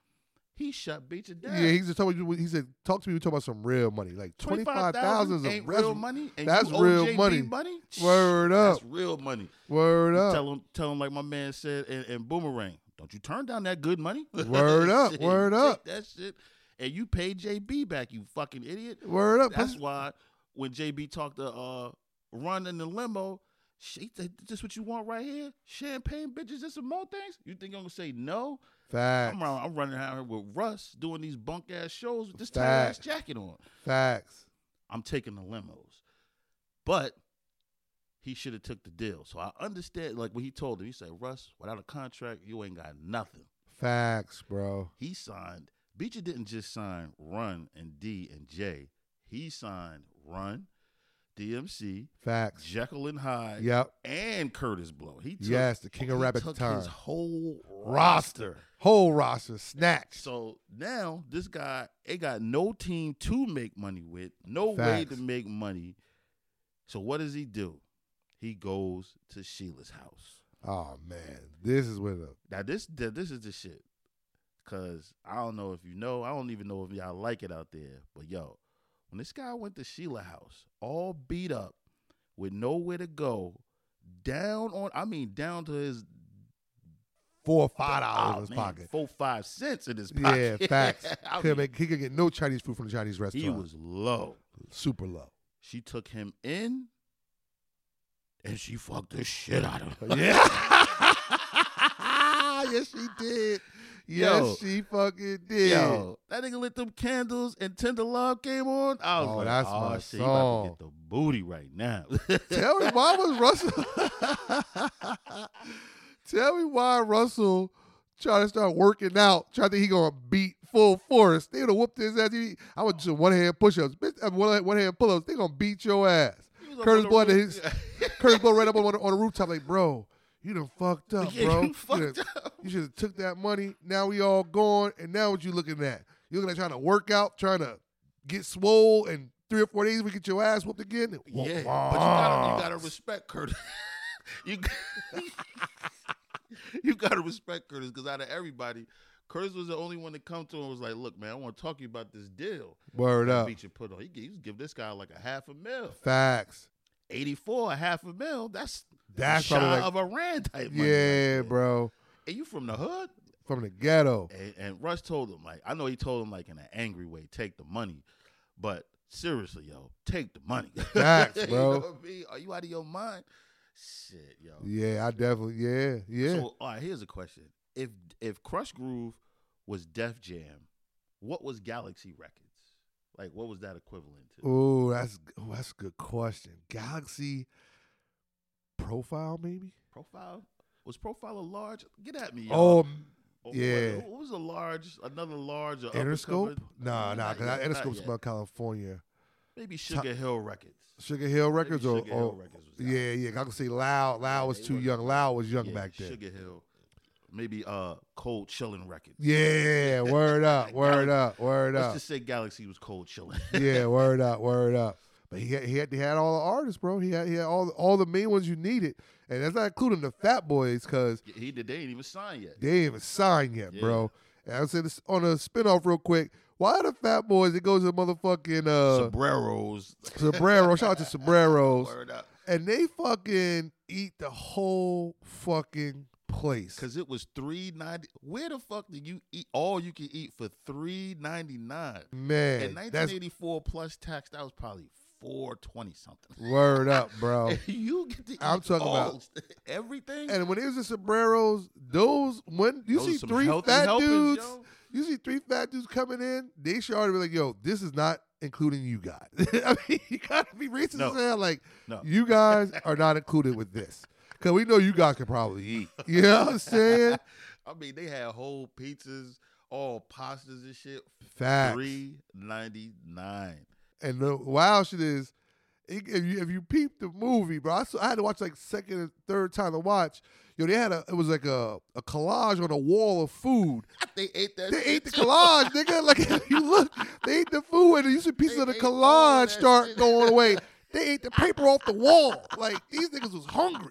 Speaker 2: He shut Beecher down.
Speaker 1: Yeah, he just told me. He said, "Talk to me. We talking about some real money, like twenty five thousand is a
Speaker 2: ain't
Speaker 1: real
Speaker 2: real money. and
Speaker 1: that's
Speaker 2: you
Speaker 1: real
Speaker 2: OJB
Speaker 1: money.
Speaker 2: money?
Speaker 1: Word
Speaker 2: That's
Speaker 1: up.
Speaker 2: real money.
Speaker 1: word up,
Speaker 2: Tell him, tell him like my man said in, in Boomerang. Don't you turn down that good money?
Speaker 1: Word up,
Speaker 2: Shit,
Speaker 1: word
Speaker 2: take
Speaker 1: up.
Speaker 2: That shit. And you paid JB back, you fucking idiot.
Speaker 1: word up."
Speaker 2: That's
Speaker 1: Plus-
Speaker 2: why when JB talked to uh, Run in the limo, she said, "This what you want right here? Champagne, bitches, and some more things." You think I'm gonna say no?
Speaker 1: facts,
Speaker 2: I'm, around, I'm running out here with Russ doing these bunk ass shows with this tight ass
Speaker 1: Facts.
Speaker 2: jacket on.
Speaker 1: facts.
Speaker 2: I'm taking the limos. But he should have took the deal. So I understand like when he told him, he said, Russ, without a contract, you ain't got nothing.
Speaker 1: Facts, bro.
Speaker 2: He signed Beecher didn't just sign Run and D and J. He signed Run, DMC,
Speaker 1: Facts.
Speaker 2: Jekyll and Hyde,
Speaker 1: Yep.
Speaker 2: and Curtis Blow. He took,
Speaker 1: Yes, the king of
Speaker 2: he
Speaker 1: rap at the
Speaker 2: took
Speaker 1: time.
Speaker 2: his whole
Speaker 1: Roster. Whole roster snatched.
Speaker 2: So now this guy ain't got no team to make money with, no way
Speaker 1: Facts.
Speaker 2: to make money. So what does he do? He goes to Sheila's house.
Speaker 1: oh man, this is where the
Speaker 2: Now this th- this is the shit. Cause I don't know if you know, I don't even know if y'all like it out there. But yo, when this guy went to Sheila house, all beat up, with nowhere to go, down on I mean down to his
Speaker 1: four or five dollars
Speaker 2: Oh,
Speaker 1: in his
Speaker 2: man,
Speaker 1: pocket.
Speaker 2: four five cents in his
Speaker 1: Yeah,
Speaker 2: pocket.
Speaker 1: facts.
Speaker 2: I
Speaker 1: Could
Speaker 2: mean,
Speaker 1: make, he could get no Chinese food from the Chinese restaurant.
Speaker 2: he was low.
Speaker 1: super low.
Speaker 2: She took him in and she fucked the shit out of him.
Speaker 1: Yeah. yes, she did. Yes,
Speaker 2: Yo.
Speaker 1: she fucking did.
Speaker 2: Yo, that nigga lit them candles and Tender Love came on. I was
Speaker 1: Oh,
Speaker 2: like,
Speaker 1: that's
Speaker 2: oh,
Speaker 1: my
Speaker 2: shit, you about
Speaker 1: song.
Speaker 2: to get the booty right now.
Speaker 1: Tell me why was Russell? Tell me why Russell trying to start working out, trying to think he gonna beat full force. They gonna whoop his ass. He- I would just one hand push ups, uh, one one hand pull ups. They gonna beat your ass.
Speaker 2: He was up
Speaker 1: Curtis
Speaker 2: on the
Speaker 1: Blow had
Speaker 2: roof.
Speaker 1: Curtis Blow right up on, on the rooftop like, bro, you done fucked up,
Speaker 2: Yeah,
Speaker 1: bro.
Speaker 2: you fucked
Speaker 1: done-
Speaker 2: up.
Speaker 1: You should have took that money. Now we all gone, and now what you looking at? You looking at trying to work out, trying to get swole, and three or four days we get your ass whooped again.
Speaker 2: Yeah, but you gotta, you gotta respect Curtis. you, you gotta respect Curtis because out of everybody, Curtis was the only one that come to him and was like, look, man, I want to talk to you about this deal.
Speaker 1: Word up.
Speaker 2: Beecher put on. He, g- he was give this guy like a half a mil.
Speaker 1: Facts.
Speaker 2: 84, a half a mil. That's
Speaker 1: That's
Speaker 2: shy
Speaker 1: probably like,
Speaker 2: of a rand type
Speaker 1: yeah,
Speaker 2: money. right there.
Speaker 1: bro,
Speaker 2: And you from the hood?
Speaker 1: from the ghetto.
Speaker 2: And, and Russ told him, like, I know he told him, like, in an angry way, take the money. But seriously, yo, take the money.
Speaker 1: Facts,
Speaker 2: You
Speaker 1: bro.
Speaker 2: know what I mean? Are you out of your mind? Shit, yo.
Speaker 1: Yeah, I definitely. Yeah, yeah.
Speaker 2: oh, So, all right, here's a question. If if Crush Groove was Def Jam, what was Galaxy Records? Like, what was that equivalent to?
Speaker 1: oh, that's ooh, that's a good question. Galaxy profile, maybe.
Speaker 2: Profile? Was Profile a large? Get at me. Yo.
Speaker 1: Oh,
Speaker 2: Or
Speaker 1: Yeah.
Speaker 2: What, what was a large, another large? Or
Speaker 1: Interscope?
Speaker 2: upper-comer?
Speaker 1: Nah,
Speaker 2: Not
Speaker 1: nah, because
Speaker 2: yet, not
Speaker 1: Interscope's
Speaker 2: yet.
Speaker 1: about California.
Speaker 2: Maybe Sugar Hill Records.
Speaker 1: Sugar Hill Records
Speaker 2: Maybe
Speaker 1: or,
Speaker 2: Sugar Hill
Speaker 1: or-
Speaker 2: Records was out.
Speaker 1: yeah, yeah. I can say Loud. Loud was
Speaker 2: they
Speaker 1: too
Speaker 2: were-
Speaker 1: young. Loud was young
Speaker 2: Yeah,
Speaker 1: back then.
Speaker 2: Sugar Hill. Maybe uh, Cold Chillin' Records.
Speaker 1: Yeah, word up, word up, word
Speaker 2: Let's
Speaker 1: up.
Speaker 2: just say Galaxy was Cold Chillin'.
Speaker 1: yeah, word up, word up. But he had, he had he had all the artists, bro. He had he had all all the main ones you needed, and that's not including the Fat Boys because
Speaker 2: he did. They ain't even signed yet.
Speaker 1: they ain't even signed yet,
Speaker 2: Yeah.
Speaker 1: bro. And I'll say this on a spinoff real quick. Why the Fat Boys? It goes to motherfucking uh,
Speaker 2: Sombreros.
Speaker 1: Sombrero. Shout out to Sombreros.
Speaker 2: Word up.
Speaker 1: and they fucking eat the whole fucking place.
Speaker 2: Cause it was three ninety. Where the fuck did you eat all you can eat for three ninety nine? In
Speaker 1: Man,
Speaker 2: nineteen
Speaker 1: that's
Speaker 2: eighty four plus tax, that was probably four twenty something.
Speaker 1: word up, bro.
Speaker 2: you get to
Speaker 1: Oh. I'm
Speaker 2: eat
Speaker 1: talking
Speaker 2: all-
Speaker 1: about-
Speaker 2: everything.
Speaker 1: and when it was the sombreros, those when you
Speaker 2: Those
Speaker 1: see
Speaker 2: are some
Speaker 1: three
Speaker 2: healthy
Speaker 1: fat
Speaker 2: helpers,
Speaker 1: dudes,
Speaker 2: yo.
Speaker 1: you see three fat dudes coming in, they should already be like, "Yo, this is not including you guys." I mean, you gotta be racist
Speaker 2: No.
Speaker 1: as hell. Like,
Speaker 2: No.
Speaker 1: you guys are not included with this because we know you guys can probably eat. You know what I'm saying?
Speaker 2: I mean, they had whole pizzas, all pastas and shit.
Speaker 1: Facts.
Speaker 2: Three ninety nine.
Speaker 1: And the wild shit is, it- if you if you peep the movie, bro, I, saw, I had to watch like second and third time to watch. Yo, they had a it was like a, a collage on a wall of food.
Speaker 2: They ate that.
Speaker 1: They
Speaker 2: shit
Speaker 1: ate the
Speaker 2: too.
Speaker 1: collage, nigga. Like if you look, they ate the food and you see pieces
Speaker 2: They
Speaker 1: of the
Speaker 2: ate all
Speaker 1: collage
Speaker 2: that
Speaker 1: start
Speaker 2: shit.
Speaker 1: going away. They ate the paper off the wall. Like these niggas was hungry.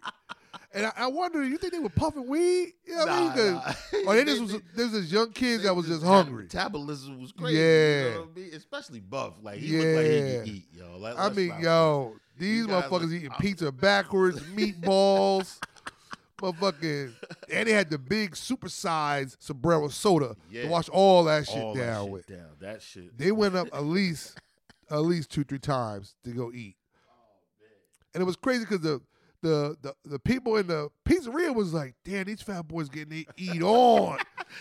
Speaker 1: And I, I wonder, you think they were puffing weed? You know what I mean?
Speaker 2: Nah,
Speaker 1: 'Cause-
Speaker 2: nah.
Speaker 1: Or Oh, they just was there's this young kid
Speaker 2: they-
Speaker 1: that was just
Speaker 2: their
Speaker 1: hungry.
Speaker 2: Metabolism was crazy. You
Speaker 1: Yeah.
Speaker 2: know what I mean? Especially Buff. Like he looked like he could
Speaker 1: Yeah.
Speaker 2: eat, yo. Like,
Speaker 1: I
Speaker 2: let's
Speaker 1: mean,
Speaker 2: not-
Speaker 1: yo, these
Speaker 2: These guys
Speaker 1: motherfuckers
Speaker 2: look-
Speaker 1: eating
Speaker 2: I'm-
Speaker 1: pizza backwards, meatballs, motherfucking, and they had the big supersized Sombrero soda
Speaker 2: Yeah.
Speaker 1: to wash all that shit
Speaker 2: all
Speaker 1: down
Speaker 2: that
Speaker 1: with.
Speaker 2: Shit down. That shit.
Speaker 1: They went up at least, at least two three times to go eat, and it was crazy because the. The, the, the people in the pizzeria was like, damn, these fat boys getting they eat on.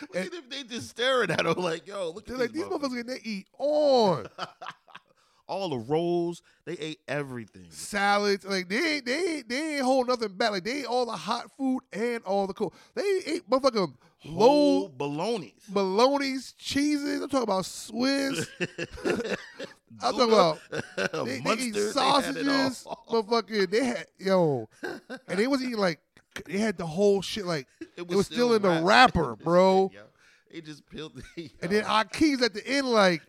Speaker 2: Look at them, they just staring at him like, yo, look
Speaker 1: They're
Speaker 2: at
Speaker 1: like,
Speaker 2: these
Speaker 1: these motherfuckers getting they eat on.
Speaker 2: all the rolls. They ate everything.
Speaker 1: salads. Like they ain't they ain't they ain't hold nothing back. Like they ate all the hot food and all the cold. They ate motherfucking
Speaker 2: Whole
Speaker 1: low
Speaker 2: baloney.
Speaker 1: bologna's, cheeses. I'm talking about Swiss. I'm talking
Speaker 2: Gouda,
Speaker 1: about they, they
Speaker 2: mustard,
Speaker 1: eat
Speaker 2: they had it
Speaker 1: sausages.
Speaker 2: all.
Speaker 1: motherfucking they had yo, and they was eating like they had the whole shit like
Speaker 2: It
Speaker 1: was still in the
Speaker 2: wrapped.
Speaker 1: wrapper, bro.
Speaker 2: Yeah. It just peeled.
Speaker 1: and then our keys at the end like.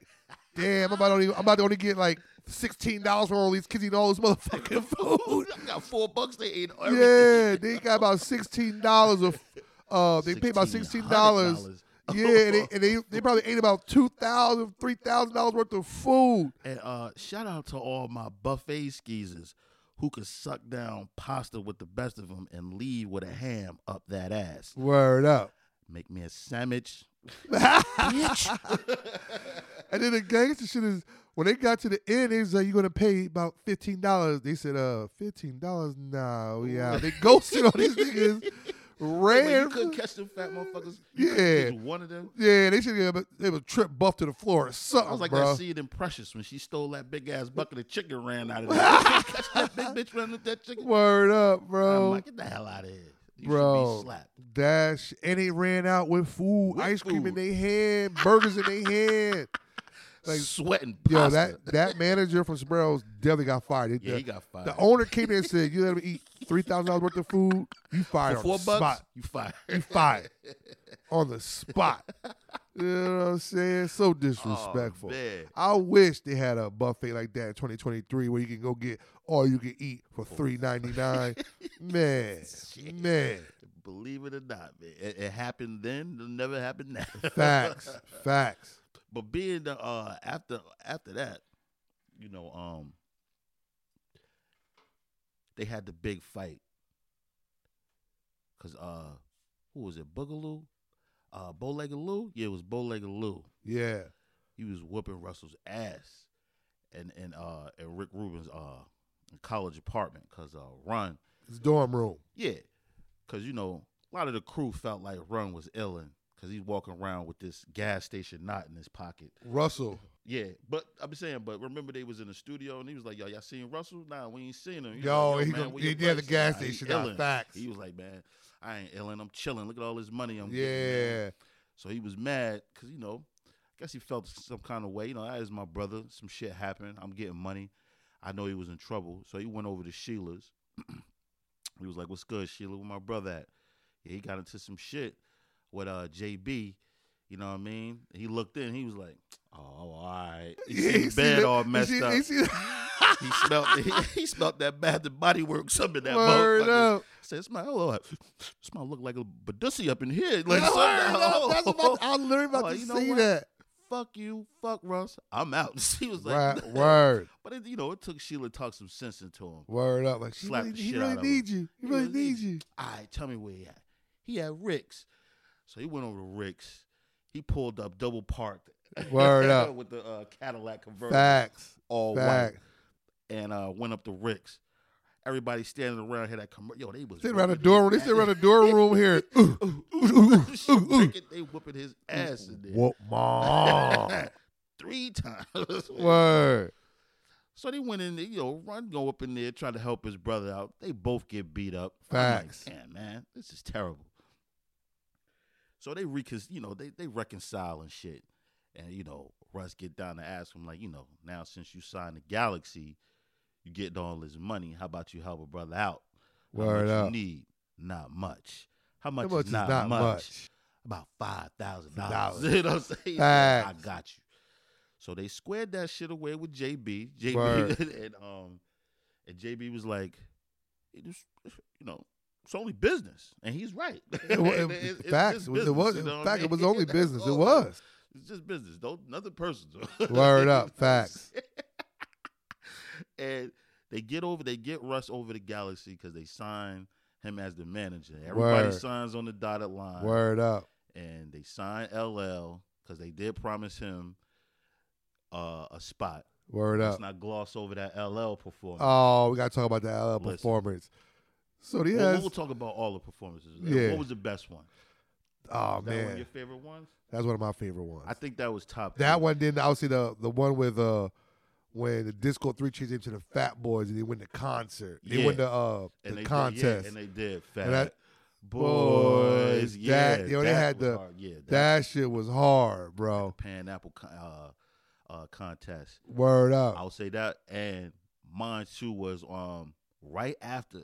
Speaker 1: Damn, I'm about, to only, I'm about to only get like sixteen dollars for all these kids eating all this motherfucking food.
Speaker 2: I got four bucks. They ate everything.
Speaker 1: Yeah, they got about sixteen dollars of. Uh, they paid about sixteen dollars.
Speaker 2: $1,600.
Speaker 1: Yeah, and they, and they they probably ate about two thousand, three thousand dollars worth of food.
Speaker 2: And uh, shout out to all my buffet skeezers who could suck down pasta with the best of them and leave with a ham up that ass.
Speaker 1: Word up.
Speaker 2: Make me a sandwich.
Speaker 1: And then the gangster shit is when they got to the end, they was like, "You gonna pay about fifteen dollars?" They said, "Uh, fifteen dollars? Nah, yeah." They ghosted all these niggas.
Speaker 2: When you
Speaker 1: Ran.
Speaker 2: couldn't catch them fat motherfuckers. You couldn't
Speaker 1: Yeah.
Speaker 2: catch one of them.
Speaker 1: yeah, they should have. They was trip buff to the floor. Or something,
Speaker 2: I was like
Speaker 1: bro.
Speaker 2: that scene in Precious when she stole that big ass bucket of chicken ran out of there. catch that big bitch running with that chicken.
Speaker 1: Word up,
Speaker 2: I'm
Speaker 1: bro.
Speaker 2: like, get the hell out of here. You should
Speaker 1: Bro.
Speaker 2: be slapped.
Speaker 1: Dash and they ran out with food,
Speaker 2: With
Speaker 1: ice cream in
Speaker 2: food.
Speaker 1: their hand, burgers in their hand. Like,
Speaker 2: Sweating pasta.
Speaker 1: Yo, that that manager from Sombrero's definitely got fired. It-
Speaker 2: yeah,
Speaker 1: the,
Speaker 2: he got fired.
Speaker 1: the owner came in and said, "You let him eat three thousand dollars worth of food. You fired
Speaker 2: For four
Speaker 1: on the
Speaker 2: bucks,
Speaker 1: spot.
Speaker 2: you fired.
Speaker 1: You fired on the spot." You know what I'm saying? So disrespectful.
Speaker 2: Oh, man.
Speaker 1: I wish they had a buffet like that in 2023 where you can go get all you can eat for 3.99. man,
Speaker 2: Shit.
Speaker 1: man.
Speaker 2: Believe it or not, man, it, it happened then. It'll never happen now.
Speaker 1: Facts, facts.
Speaker 2: but being the uh, after after that, you know, um, they had the big fight because uh, who was it? Boogaloo, uh, Bowlegged Lou. Yeah, it was Bowlegged Lou.
Speaker 1: Yeah.
Speaker 2: He was whooping Russell's ass, and and uh, and Rick Rubin's uh, college apartment because uh, Ron
Speaker 1: It's dorm room.
Speaker 2: Yeah, because you know a lot of the crew felt like Run was illin because he's walking around with this gas station knot in his pocket.
Speaker 1: Russell.
Speaker 2: Yeah, but I'm saying, but remember they was in the studio and he was like, "Yo, y'all seen Russell? Nah, we ain't seen him." He was
Speaker 1: Yo,
Speaker 2: like,
Speaker 1: he
Speaker 2: man,
Speaker 1: gonna-
Speaker 2: where your
Speaker 1: yeah, the
Speaker 2: place?
Speaker 1: gas
Speaker 2: Nah, he
Speaker 1: station knot,
Speaker 2: illin.
Speaker 1: facts.
Speaker 2: He was like, "Man, I ain't illin. I'm chilling. Look at all this money I'm getting." man."
Speaker 1: Yeah.
Speaker 2: So he was mad because you know, I guess he felt some kind of way. You know, that is my brother. Some shit happened. I'm getting money. I know he was in trouble, so he went over to Sheila's. he was like, "What's good, Sheila? Where my brother at?" Yeah, he got into some shit with uh JB. You know what I mean? He looked in. He was like, "Oh, all right." He
Speaker 1: Yeah,
Speaker 2: seen
Speaker 1: he
Speaker 2: the
Speaker 1: see
Speaker 2: bed
Speaker 1: that-
Speaker 2: all
Speaker 1: he
Speaker 2: messed
Speaker 1: see-
Speaker 2: up.
Speaker 1: He
Speaker 2: He,
Speaker 1: see that-
Speaker 2: smelled. He, he smelled that Bath and Body Works. Something that
Speaker 1: Word
Speaker 2: motherfucker.
Speaker 1: up.
Speaker 2: Said, "Smell, oh, smell look like a Badussi up in here."
Speaker 1: Word
Speaker 2: Like, something-
Speaker 1: up. That's about, I was literally about
Speaker 2: Oh,
Speaker 1: to
Speaker 2: you know
Speaker 1: see
Speaker 2: what?
Speaker 1: that.
Speaker 2: fuck you, fuck Russ, I'm out. She was like,
Speaker 1: Right, word.
Speaker 2: but it, you know, it took Sheila to talk some sense into him.
Speaker 1: Word up. Like, she
Speaker 2: Slap
Speaker 1: really,
Speaker 2: the
Speaker 1: he
Speaker 2: shit
Speaker 1: really
Speaker 2: out of
Speaker 1: needs you. He
Speaker 2: He
Speaker 1: really
Speaker 2: really
Speaker 1: needs you.
Speaker 2: All right, tell me where he at. He at Rick's, so he went over to Rick's. He pulled up, double parked.
Speaker 1: Word up.
Speaker 2: with the uh, Cadillac convertible,
Speaker 1: Facts.
Speaker 2: all
Speaker 1: Facts.
Speaker 2: white, and uh, went up to Rick's. Everybody standing around here, that commer- yo, they was
Speaker 1: Sit around the
Speaker 2: whooping his
Speaker 1: door. They sit
Speaker 2: ass.
Speaker 1: around the door room here. Ooh, ooh, ooh,
Speaker 2: She
Speaker 1: ooh, ooh,
Speaker 2: breaking- they whooping his ass in
Speaker 1: ooh.
Speaker 2: there
Speaker 1: Whoop, mom.
Speaker 2: three times.
Speaker 1: Word.
Speaker 2: So they went in there, you know, Run go up in there trying to help his brother out. They both get beat up.
Speaker 1: Facts.
Speaker 2: I'm like, Damn, man, this is terrible. So they recon, you know, they they reconcile and shit, and you know, Russ get down to ask him like, you know, now since you signed the Galaxy, you getting all this money. How about you help a brother out? How
Speaker 1: Word
Speaker 2: much
Speaker 1: up.
Speaker 2: You need not much. How much,
Speaker 1: That much
Speaker 2: is not, much?
Speaker 1: much.
Speaker 2: About five thousand
Speaker 1: Dollars.
Speaker 2: dollars. You know what I'm saying? He's like, I
Speaker 1: Facts.
Speaker 2: got you. So they squared that shit away with JB. JB
Speaker 1: Word.
Speaker 2: and um and JB was like, it was, you know, it's only business, and he's right.
Speaker 1: It wa- it-
Speaker 2: It's- it's
Speaker 1: facts.
Speaker 2: just
Speaker 1: it
Speaker 2: business,
Speaker 1: was.
Speaker 2: you know
Speaker 1: in
Speaker 2: what I
Speaker 1: fact, it
Speaker 2: mean?
Speaker 1: was only business. It
Speaker 2: Oh,
Speaker 1: was.
Speaker 2: It's just business. Don't nothing personal.
Speaker 1: Word up. Facts.
Speaker 2: and they get over. They get Russ over the Galaxy because they sign him as the manager. Everybody
Speaker 1: Word.
Speaker 2: signs on the dotted line,
Speaker 1: Word up.
Speaker 2: and they sign LL because they did promise him uh, a spot.
Speaker 1: Word
Speaker 2: Let's
Speaker 1: up.
Speaker 2: not gloss over that LL performance.
Speaker 1: Oh, we got to talk about the LL
Speaker 2: Listen.
Speaker 1: performance. So
Speaker 2: Well,
Speaker 1: yes.
Speaker 2: we'll, talk about all the performances. Like,
Speaker 1: Yeah.
Speaker 2: What was the best one?
Speaker 1: oh
Speaker 2: Is that one of
Speaker 1: man,
Speaker 2: your favorite ones?
Speaker 1: that's one of my favorite ones.
Speaker 2: I think that was top.
Speaker 1: that
Speaker 2: three.
Speaker 1: one didn't. I would say the the one with uh when the Disco Three changed into the Fat Boys and they win the concert. They
Speaker 2: Yeah.
Speaker 1: win the uh the
Speaker 2: they
Speaker 1: contest.
Speaker 2: Did, yeah, and they did fat
Speaker 1: And I- Boys,
Speaker 2: boys. Yeah,
Speaker 1: that- yo, they had
Speaker 2: was
Speaker 1: the-
Speaker 2: hard. yeah that,
Speaker 1: that shit was hard, bro.
Speaker 2: pineapple co- uh, uh, contest.
Speaker 1: Word up.
Speaker 2: I'll say that, and mine too was um right after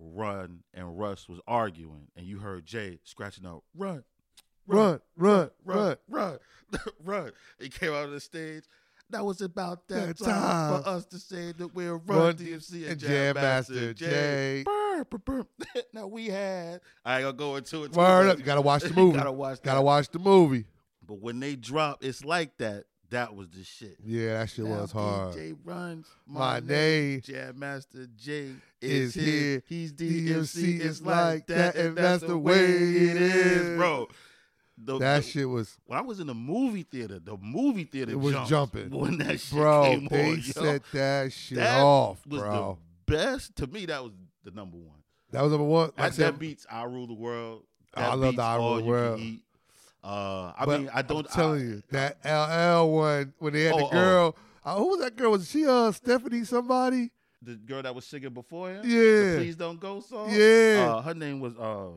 Speaker 2: Run and Russ was arguing, and you heard Jay scratching out Run,
Speaker 1: Run, run, run.
Speaker 2: run, run, run. He came out of the stage. That was about that,
Speaker 1: That
Speaker 2: time,
Speaker 1: time.
Speaker 2: for us to say that we're Run,
Speaker 1: Run
Speaker 2: DMC and,
Speaker 1: And
Speaker 2: Jam
Speaker 1: Jam
Speaker 2: Master
Speaker 1: Master
Speaker 2: Jay.
Speaker 1: Jay.
Speaker 2: Burr, burr, burr. now we had. I ain't gonna go into it. too
Speaker 1: Word
Speaker 2: much.
Speaker 1: up. You gotta watch the
Speaker 2: You
Speaker 1: movie.
Speaker 2: gotta watch.
Speaker 1: Gotta
Speaker 2: that.
Speaker 1: watch the movie.
Speaker 2: But when they drop, it's like that. That was the shit.
Speaker 1: Yeah, that shit
Speaker 2: Now
Speaker 1: was hard.
Speaker 2: DJ runs
Speaker 1: My name
Speaker 2: Jam Master J
Speaker 1: is here.
Speaker 2: is, here. He's
Speaker 1: DMC
Speaker 2: DMC. It's like that, and that's the
Speaker 1: way
Speaker 2: way
Speaker 1: it
Speaker 2: it
Speaker 1: is.
Speaker 2: is, bro. The-
Speaker 1: that
Speaker 2: the-
Speaker 1: shit was
Speaker 2: when I was in the movie theater, the movie theater
Speaker 1: It was
Speaker 2: jumped
Speaker 1: jumping.
Speaker 2: when that shit
Speaker 1: bro.
Speaker 2: came
Speaker 1: They
Speaker 2: on. yo.
Speaker 1: set that shit
Speaker 2: That
Speaker 1: off,
Speaker 2: was
Speaker 1: bro.
Speaker 2: the best to me. That was the number one.
Speaker 1: that was number one. Like I
Speaker 2: That,
Speaker 1: said,
Speaker 2: that beats I Rule the World.
Speaker 1: Oh,
Speaker 2: That
Speaker 1: I love
Speaker 2: beats
Speaker 1: the I Rule
Speaker 2: All
Speaker 1: the
Speaker 2: You Can
Speaker 1: World.
Speaker 2: Eat. Uh, I
Speaker 1: but
Speaker 2: mean, I don't.
Speaker 1: I'm telling
Speaker 2: I-
Speaker 1: you that LL one when they had
Speaker 2: Oh,
Speaker 1: the
Speaker 2: oh.
Speaker 1: girl. Uh, who was that girl? Was she uh Stephanie somebody?
Speaker 2: the girl that was singing before him.
Speaker 1: Yeah.
Speaker 2: the Please don't go song.
Speaker 1: Yeah.
Speaker 2: Uh, her name was uh,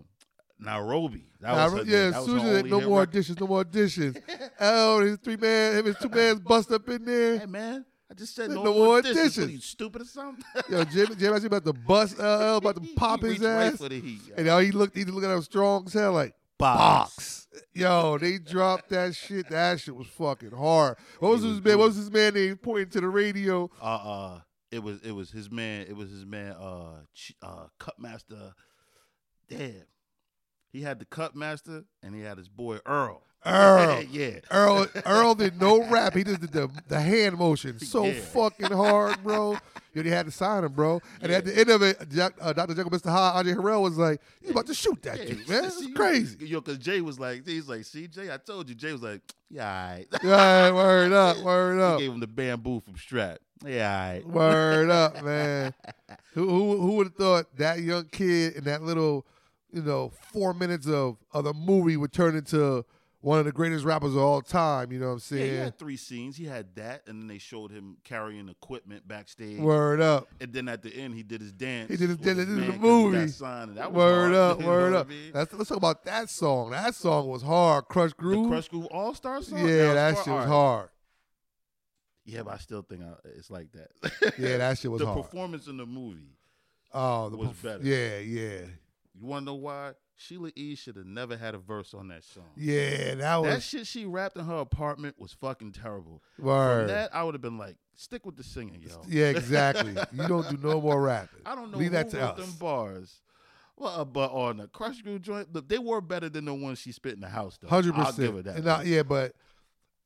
Speaker 2: Nairobi. That
Speaker 1: Nah,
Speaker 2: was her
Speaker 1: yeah,
Speaker 2: name. That was her
Speaker 1: Susan. had
Speaker 2: only
Speaker 1: No
Speaker 2: hit
Speaker 1: more
Speaker 2: record.
Speaker 1: dishes. No more dishes. LL, and his three man, him, and his two man's bust up in there.
Speaker 2: Hey man, I just said
Speaker 1: Said
Speaker 2: no,
Speaker 1: no
Speaker 2: more
Speaker 1: more
Speaker 2: dishes. What,
Speaker 1: dishes.
Speaker 2: you stupid or something?
Speaker 1: Yo, Jim, Jim actually about to bust LL, about to
Speaker 2: He
Speaker 1: pop his
Speaker 2: reached right
Speaker 1: ass.
Speaker 2: for the heat. yo.
Speaker 1: And now he looked, he looked at him strong as hell, like box. Yo, they dropped that shit. That shit was fucking hard. What was
Speaker 2: It was
Speaker 1: his man?
Speaker 2: good.
Speaker 1: What was his man name pointing to the radio?
Speaker 2: Uh, uh, it was it was his man. It was his man. Uh, Ch- uh, Cutmaster. Damn, he had the Cutmaster, and he had his boy Earl.
Speaker 1: Earl.
Speaker 2: yeah.
Speaker 1: Earl Earl did no rap. He just did the, the hand motion so
Speaker 2: Yeah.
Speaker 1: fucking hard, bro. Yo, they had to sign him, bro. And at the end of it, Jack, uh, Dr. Jekyll, Mr. Hyde, Andre Harrell was like, "You about to shoot that dude, man? It's
Speaker 2: See,
Speaker 1: crazy."
Speaker 2: Yo, because Jay was like, he's like, see, Jay, I told you. Jay was like, yeah, all right.
Speaker 1: Yeah, word up, word
Speaker 2: He
Speaker 1: up,
Speaker 2: gave him the bamboo from Strap. Yeah, all right.
Speaker 1: word up, man. Who who who would have thought that young kid and that little, you know, four minutes of of the movie would turn into one of the greatest rappers of all time? You know what I'm
Speaker 2: Yeah, he
Speaker 1: saying?
Speaker 2: had three scenes. He had that, and then they showed him carrying equipment backstage.
Speaker 1: Word up.
Speaker 2: And then at the end, he did his dance.
Speaker 1: He did his
Speaker 2: with
Speaker 1: dance in the
Speaker 2: man 'cause he
Speaker 1: movie.
Speaker 2: Got signed, and that was
Speaker 1: Word
Speaker 2: hard,
Speaker 1: up,
Speaker 2: you know
Speaker 1: word
Speaker 2: what I
Speaker 1: up.
Speaker 2: mean?
Speaker 1: That's, let's talk about that song. That song was hard. Crush Groove.
Speaker 2: The Crush Groove All Star song.
Speaker 1: yeah,
Speaker 2: Now, as
Speaker 1: that
Speaker 2: far-
Speaker 1: shit was
Speaker 2: all right.
Speaker 1: hard.
Speaker 2: Yeah, but I still think I, it's like that.
Speaker 1: Yeah, that shit was
Speaker 2: the
Speaker 1: hard.
Speaker 2: performance in the movie.
Speaker 1: oh, the
Speaker 2: was
Speaker 1: perf-
Speaker 2: better.
Speaker 1: Yeah, yeah,
Speaker 2: You want to know why? Sheila E. should have never had a verse on that song.
Speaker 1: yeah. That was
Speaker 2: That shit she rapped in her apartment was fucking terrible. From
Speaker 1: word.
Speaker 2: that, I would have been like, stick with the singing, yo.
Speaker 1: yeah, exactly. you don't do no more rapping.
Speaker 2: I don't know
Speaker 1: Leave
Speaker 2: who
Speaker 1: that to
Speaker 2: wrote
Speaker 1: us.
Speaker 2: them bars. Well, uh, but on the Crush Groove joint, look, they were better than the ones she spit in the house, though.
Speaker 1: Hundred
Speaker 2: I'll give her
Speaker 1: percent.
Speaker 2: that.
Speaker 1: And I- yeah, but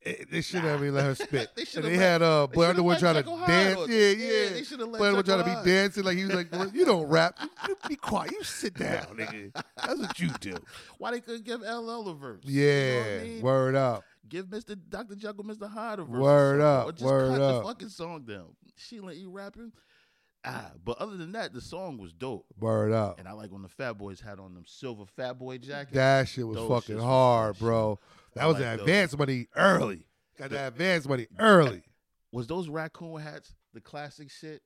Speaker 1: it, they should have even let her spit.
Speaker 2: They
Speaker 1: and
Speaker 2: should've
Speaker 1: they
Speaker 2: let-
Speaker 1: had uh,
Speaker 2: They
Speaker 1: Boy
Speaker 2: should've
Speaker 1: Underwood
Speaker 2: let
Speaker 1: trying to
Speaker 2: Jekyll Hyde
Speaker 1: dance.
Speaker 2: on it.
Speaker 1: Yeah, yeah.
Speaker 2: They should have let
Speaker 1: Boy Underwood
Speaker 2: Jekyll
Speaker 1: trying to
Speaker 2: Hyde.
Speaker 1: be dancing like he was like, "You don't rap. You, you be quiet. You sit down, nigga. That's what you do."
Speaker 2: Why they couldn't give LL a verse? You know what I
Speaker 1: Yeah,
Speaker 2: mean?
Speaker 1: word up.
Speaker 2: Give Mr. Dr. Jekyll, Mr. Hyde a verse. or
Speaker 1: Word
Speaker 2: something,
Speaker 1: up,
Speaker 2: Or just
Speaker 1: word
Speaker 2: cut
Speaker 1: up.
Speaker 2: the fucking song down. Sheila E. rapping. Ah, but other than that, the song was dope.
Speaker 1: Word up.
Speaker 2: And I like when the Fat Boys had on them silver Fat Boy jackets.
Speaker 1: That shit was
Speaker 2: Those
Speaker 1: fucking
Speaker 2: shits was
Speaker 1: hard,
Speaker 2: fresh.
Speaker 1: bro. That
Speaker 2: I
Speaker 1: was
Speaker 2: like
Speaker 1: an
Speaker 2: those.
Speaker 1: advance money early. Got that advance money early.
Speaker 2: was those raccoon hats the classic shit?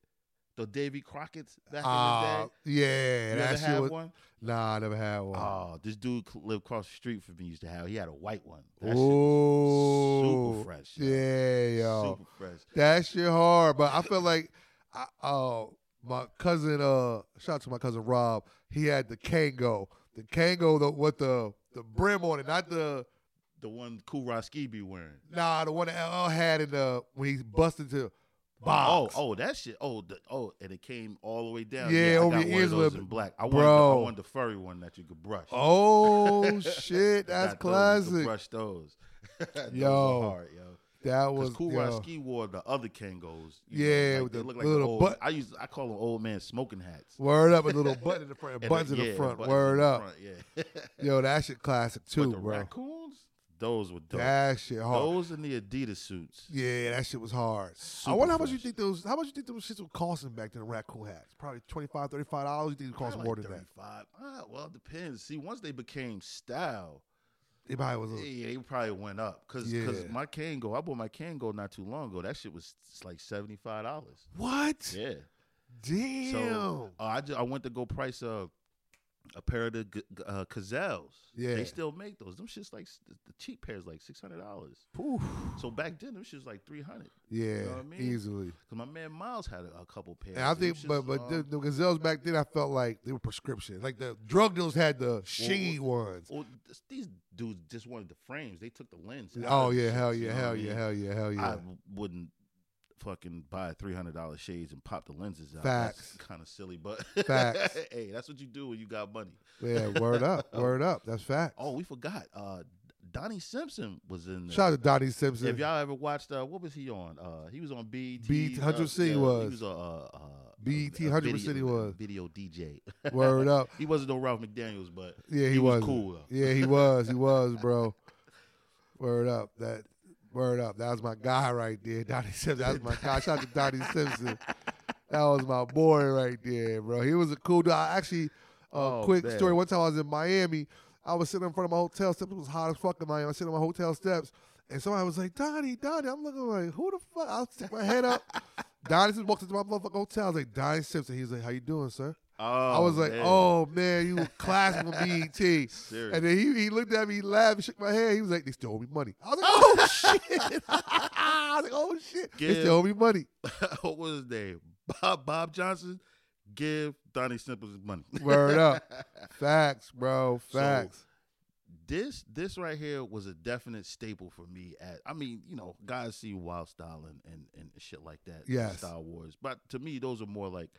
Speaker 2: The Davy Crockett's back
Speaker 1: Ah,
Speaker 2: in the day.
Speaker 1: yeah,
Speaker 2: You
Speaker 1: that
Speaker 2: ever
Speaker 1: shit
Speaker 2: had
Speaker 1: was.
Speaker 2: one?
Speaker 1: Nah, I never had one.
Speaker 2: Oh, this dude cl- lived across the street from me. Used to have. He had a white one. That
Speaker 1: Ooh,
Speaker 2: super fresh. yo.
Speaker 1: Yeah,
Speaker 2: shit,
Speaker 1: yo,
Speaker 2: super fresh.
Speaker 1: that shit hard. But I feel like, I, oh, my cousin. Uh, shout out to my cousin Rob. He had the Kango, the Kango, the with the the brim on it, not the
Speaker 2: The one Cool Roski be wearing.
Speaker 1: nah, the one that LL had in the when he busted to box.
Speaker 2: Oh, oh, that shit. Oh, the, oh, and it came all the way down.
Speaker 1: Yeah,
Speaker 2: I
Speaker 1: over
Speaker 2: got
Speaker 1: your
Speaker 2: one
Speaker 1: ears
Speaker 2: of
Speaker 1: a
Speaker 2: those
Speaker 1: little
Speaker 2: in
Speaker 1: bit.
Speaker 2: black. I wanted, the,
Speaker 1: Bro.
Speaker 2: I wanted the furry one that you could brush.
Speaker 1: Oh shit,
Speaker 2: I
Speaker 1: that's
Speaker 2: got those, you
Speaker 1: classic.
Speaker 2: could Brush those. Those
Speaker 1: Yo.
Speaker 2: were hard, yo.
Speaker 1: That was
Speaker 2: Because Cool Rod
Speaker 1: yo.
Speaker 2: Ski wore the other Kangos. you
Speaker 1: Yeah,
Speaker 2: like,
Speaker 1: with
Speaker 2: they
Speaker 1: the
Speaker 2: look like
Speaker 1: little
Speaker 2: the old,
Speaker 1: butt-
Speaker 2: I used I call them old man smoking hats.
Speaker 1: word up with a little button in the front,
Speaker 2: And
Speaker 1: buttons in
Speaker 2: yeah,
Speaker 1: the front.
Speaker 2: buttons in
Speaker 1: Word
Speaker 2: the
Speaker 1: up,
Speaker 2: front, yeah.
Speaker 1: yo, that shit classic
Speaker 2: but
Speaker 1: too,
Speaker 2: the
Speaker 1: bro.
Speaker 2: raccoons, those were dope.
Speaker 1: That shit hard.
Speaker 2: those and the Adidas suits.
Speaker 1: Yeah, that shit was hard. I
Speaker 2: Super
Speaker 1: wonder how much you
Speaker 2: fresh.
Speaker 1: think those how much you think those shits were costing back then the raccoon hats? Probably 25 35 dollars. You think it cost
Speaker 2: Probably
Speaker 1: more than that?
Speaker 2: 35. Ah, well, it depends. See, once they became style,
Speaker 1: It probably was a,
Speaker 2: yeah, they probably went up. Cause, cause
Speaker 1: Yeah.
Speaker 2: my Kango, I bought my Kango not too long ago. That shit was s- like seventy five dollars.
Speaker 1: What?
Speaker 2: Yeah.
Speaker 1: Damn.
Speaker 2: So uh, I ju- I went to go price a a pair of the g- g- uh, gazelles.
Speaker 1: Yeah.
Speaker 2: They still make those. Them shits like s- the cheap pairs like six hundred dollars.
Speaker 1: Oof.
Speaker 2: So back then, them shits like three hundred.
Speaker 1: Yeah,
Speaker 2: know what I mean?
Speaker 1: easily.
Speaker 2: Cause my man Miles had a, a couple pairs.
Speaker 1: And I
Speaker 2: Them
Speaker 1: think,
Speaker 2: shits
Speaker 1: but
Speaker 2: was,
Speaker 1: but the,
Speaker 2: um,
Speaker 1: the gazelles back then, I felt like they were prescription. Like the drug dealers had the shade ones.
Speaker 2: well, this- these dudes just wanted the frames. They took the lens. out
Speaker 1: Oh
Speaker 2: of the
Speaker 1: yeah,
Speaker 2: shits,
Speaker 1: hell
Speaker 2: you
Speaker 1: yeah,
Speaker 2: know what I
Speaker 1: hell
Speaker 2: mean?
Speaker 1: yeah, hell yeah, hell
Speaker 2: I
Speaker 1: yeah.
Speaker 2: w- wouldn't fucking buy three hundred dollar shades and pop the lenses out.
Speaker 1: Facts.
Speaker 2: That's kind of silly, but
Speaker 1: Facts.
Speaker 2: hey, that's what you do when you got money.
Speaker 1: Yeah, word up, word up. That's fact.
Speaker 2: Oh, we forgot. Uh, Donnie Simpson was in. There.
Speaker 1: Shout out to Donnie Simpson.
Speaker 2: If y'all ever watched, uh, what was he on? Uh, he was on BET.
Speaker 1: BET, 100% he
Speaker 2: uh, yeah,
Speaker 1: was. E
Speaker 2: He was a, uh, uh,
Speaker 1: BET,
Speaker 2: a-
Speaker 1: 100%
Speaker 2: a video-
Speaker 1: he was.
Speaker 2: Video DJ.
Speaker 1: word up.
Speaker 2: he wasn't no Ralph McDaniels, but
Speaker 1: Yeah, he,
Speaker 2: was
Speaker 1: wasn't.
Speaker 2: cool though.
Speaker 1: Yeah, he was. He was, bro. Word up. That word up. That was my guy right there, Donnie Simpson. That was my guy. Shout out to Donnie Simpson. That was my boy right there, bro. He was a cool dude. I actually uh,
Speaker 2: Oh,
Speaker 1: quick
Speaker 2: man.
Speaker 1: story. One time I was in Miami. I was sitting in front of my hotel steps. It was hot as fuck in Miami. I was sitting on my hotel steps. And somebody was like, Donnie, Donnie. I'm looking like, who the fuck? I stick my head up. Donnie Simpson walked into my motherfucking hotel. I was like, Donnie Simpson. He was like, how you doing, sir?
Speaker 2: Oh,
Speaker 1: I was like,
Speaker 2: man.
Speaker 1: oh, man, you were classic with BET.
Speaker 2: serious.
Speaker 1: E And then he, he looked at me, he laughed, shook my head. He was like, "They still owe me money." I was like, "Oh shit!" I was like, "Oh shit!" They
Speaker 2: Give-
Speaker 1: still owe me money.
Speaker 2: what was his name? Bob Bob Johnson. Give Donnie Simpson's money.
Speaker 1: Word up. Facts, bro. Facts.
Speaker 2: this this right here was a definite staple for me. At I mean, you know, guys see wild style and and, and shit like that.
Speaker 1: Yes.
Speaker 2: Star Wars, but to me, those are more like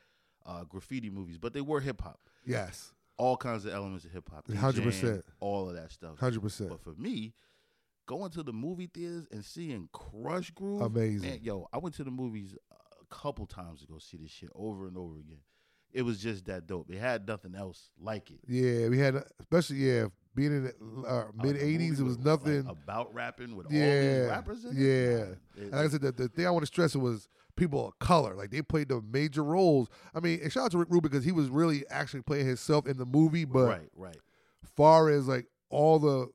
Speaker 2: uh, graffiti movies, but they were hip hop.
Speaker 1: yes,
Speaker 2: All kinds of elements of hip hop. They
Speaker 1: 100%.
Speaker 2: jammed All of that stuff.
Speaker 1: hundred percent.
Speaker 2: But for me, going to the movie theaters and seeing Crush Groove,
Speaker 1: Amazing.
Speaker 2: Man, yo, I went to the movies a couple times to go see this shit over and over again. It was just that dope. It had nothing else like it.
Speaker 1: Yeah, we had, especially yeah, being in the, uh,
Speaker 2: Uh,
Speaker 1: mid
Speaker 2: the movie
Speaker 1: '80s, it was
Speaker 2: like,
Speaker 1: nothing.
Speaker 2: about rapping with all
Speaker 1: Yeah,
Speaker 2: these rappers. In
Speaker 1: yeah.
Speaker 2: it. Nah, it-
Speaker 1: And like I said, the, the thing I want to stress was people of color. Like they played the major roles. I mean, and shout out to Rick Rubin because he was really actually playing himself in the movie, but.
Speaker 2: right, right.
Speaker 1: far as like all the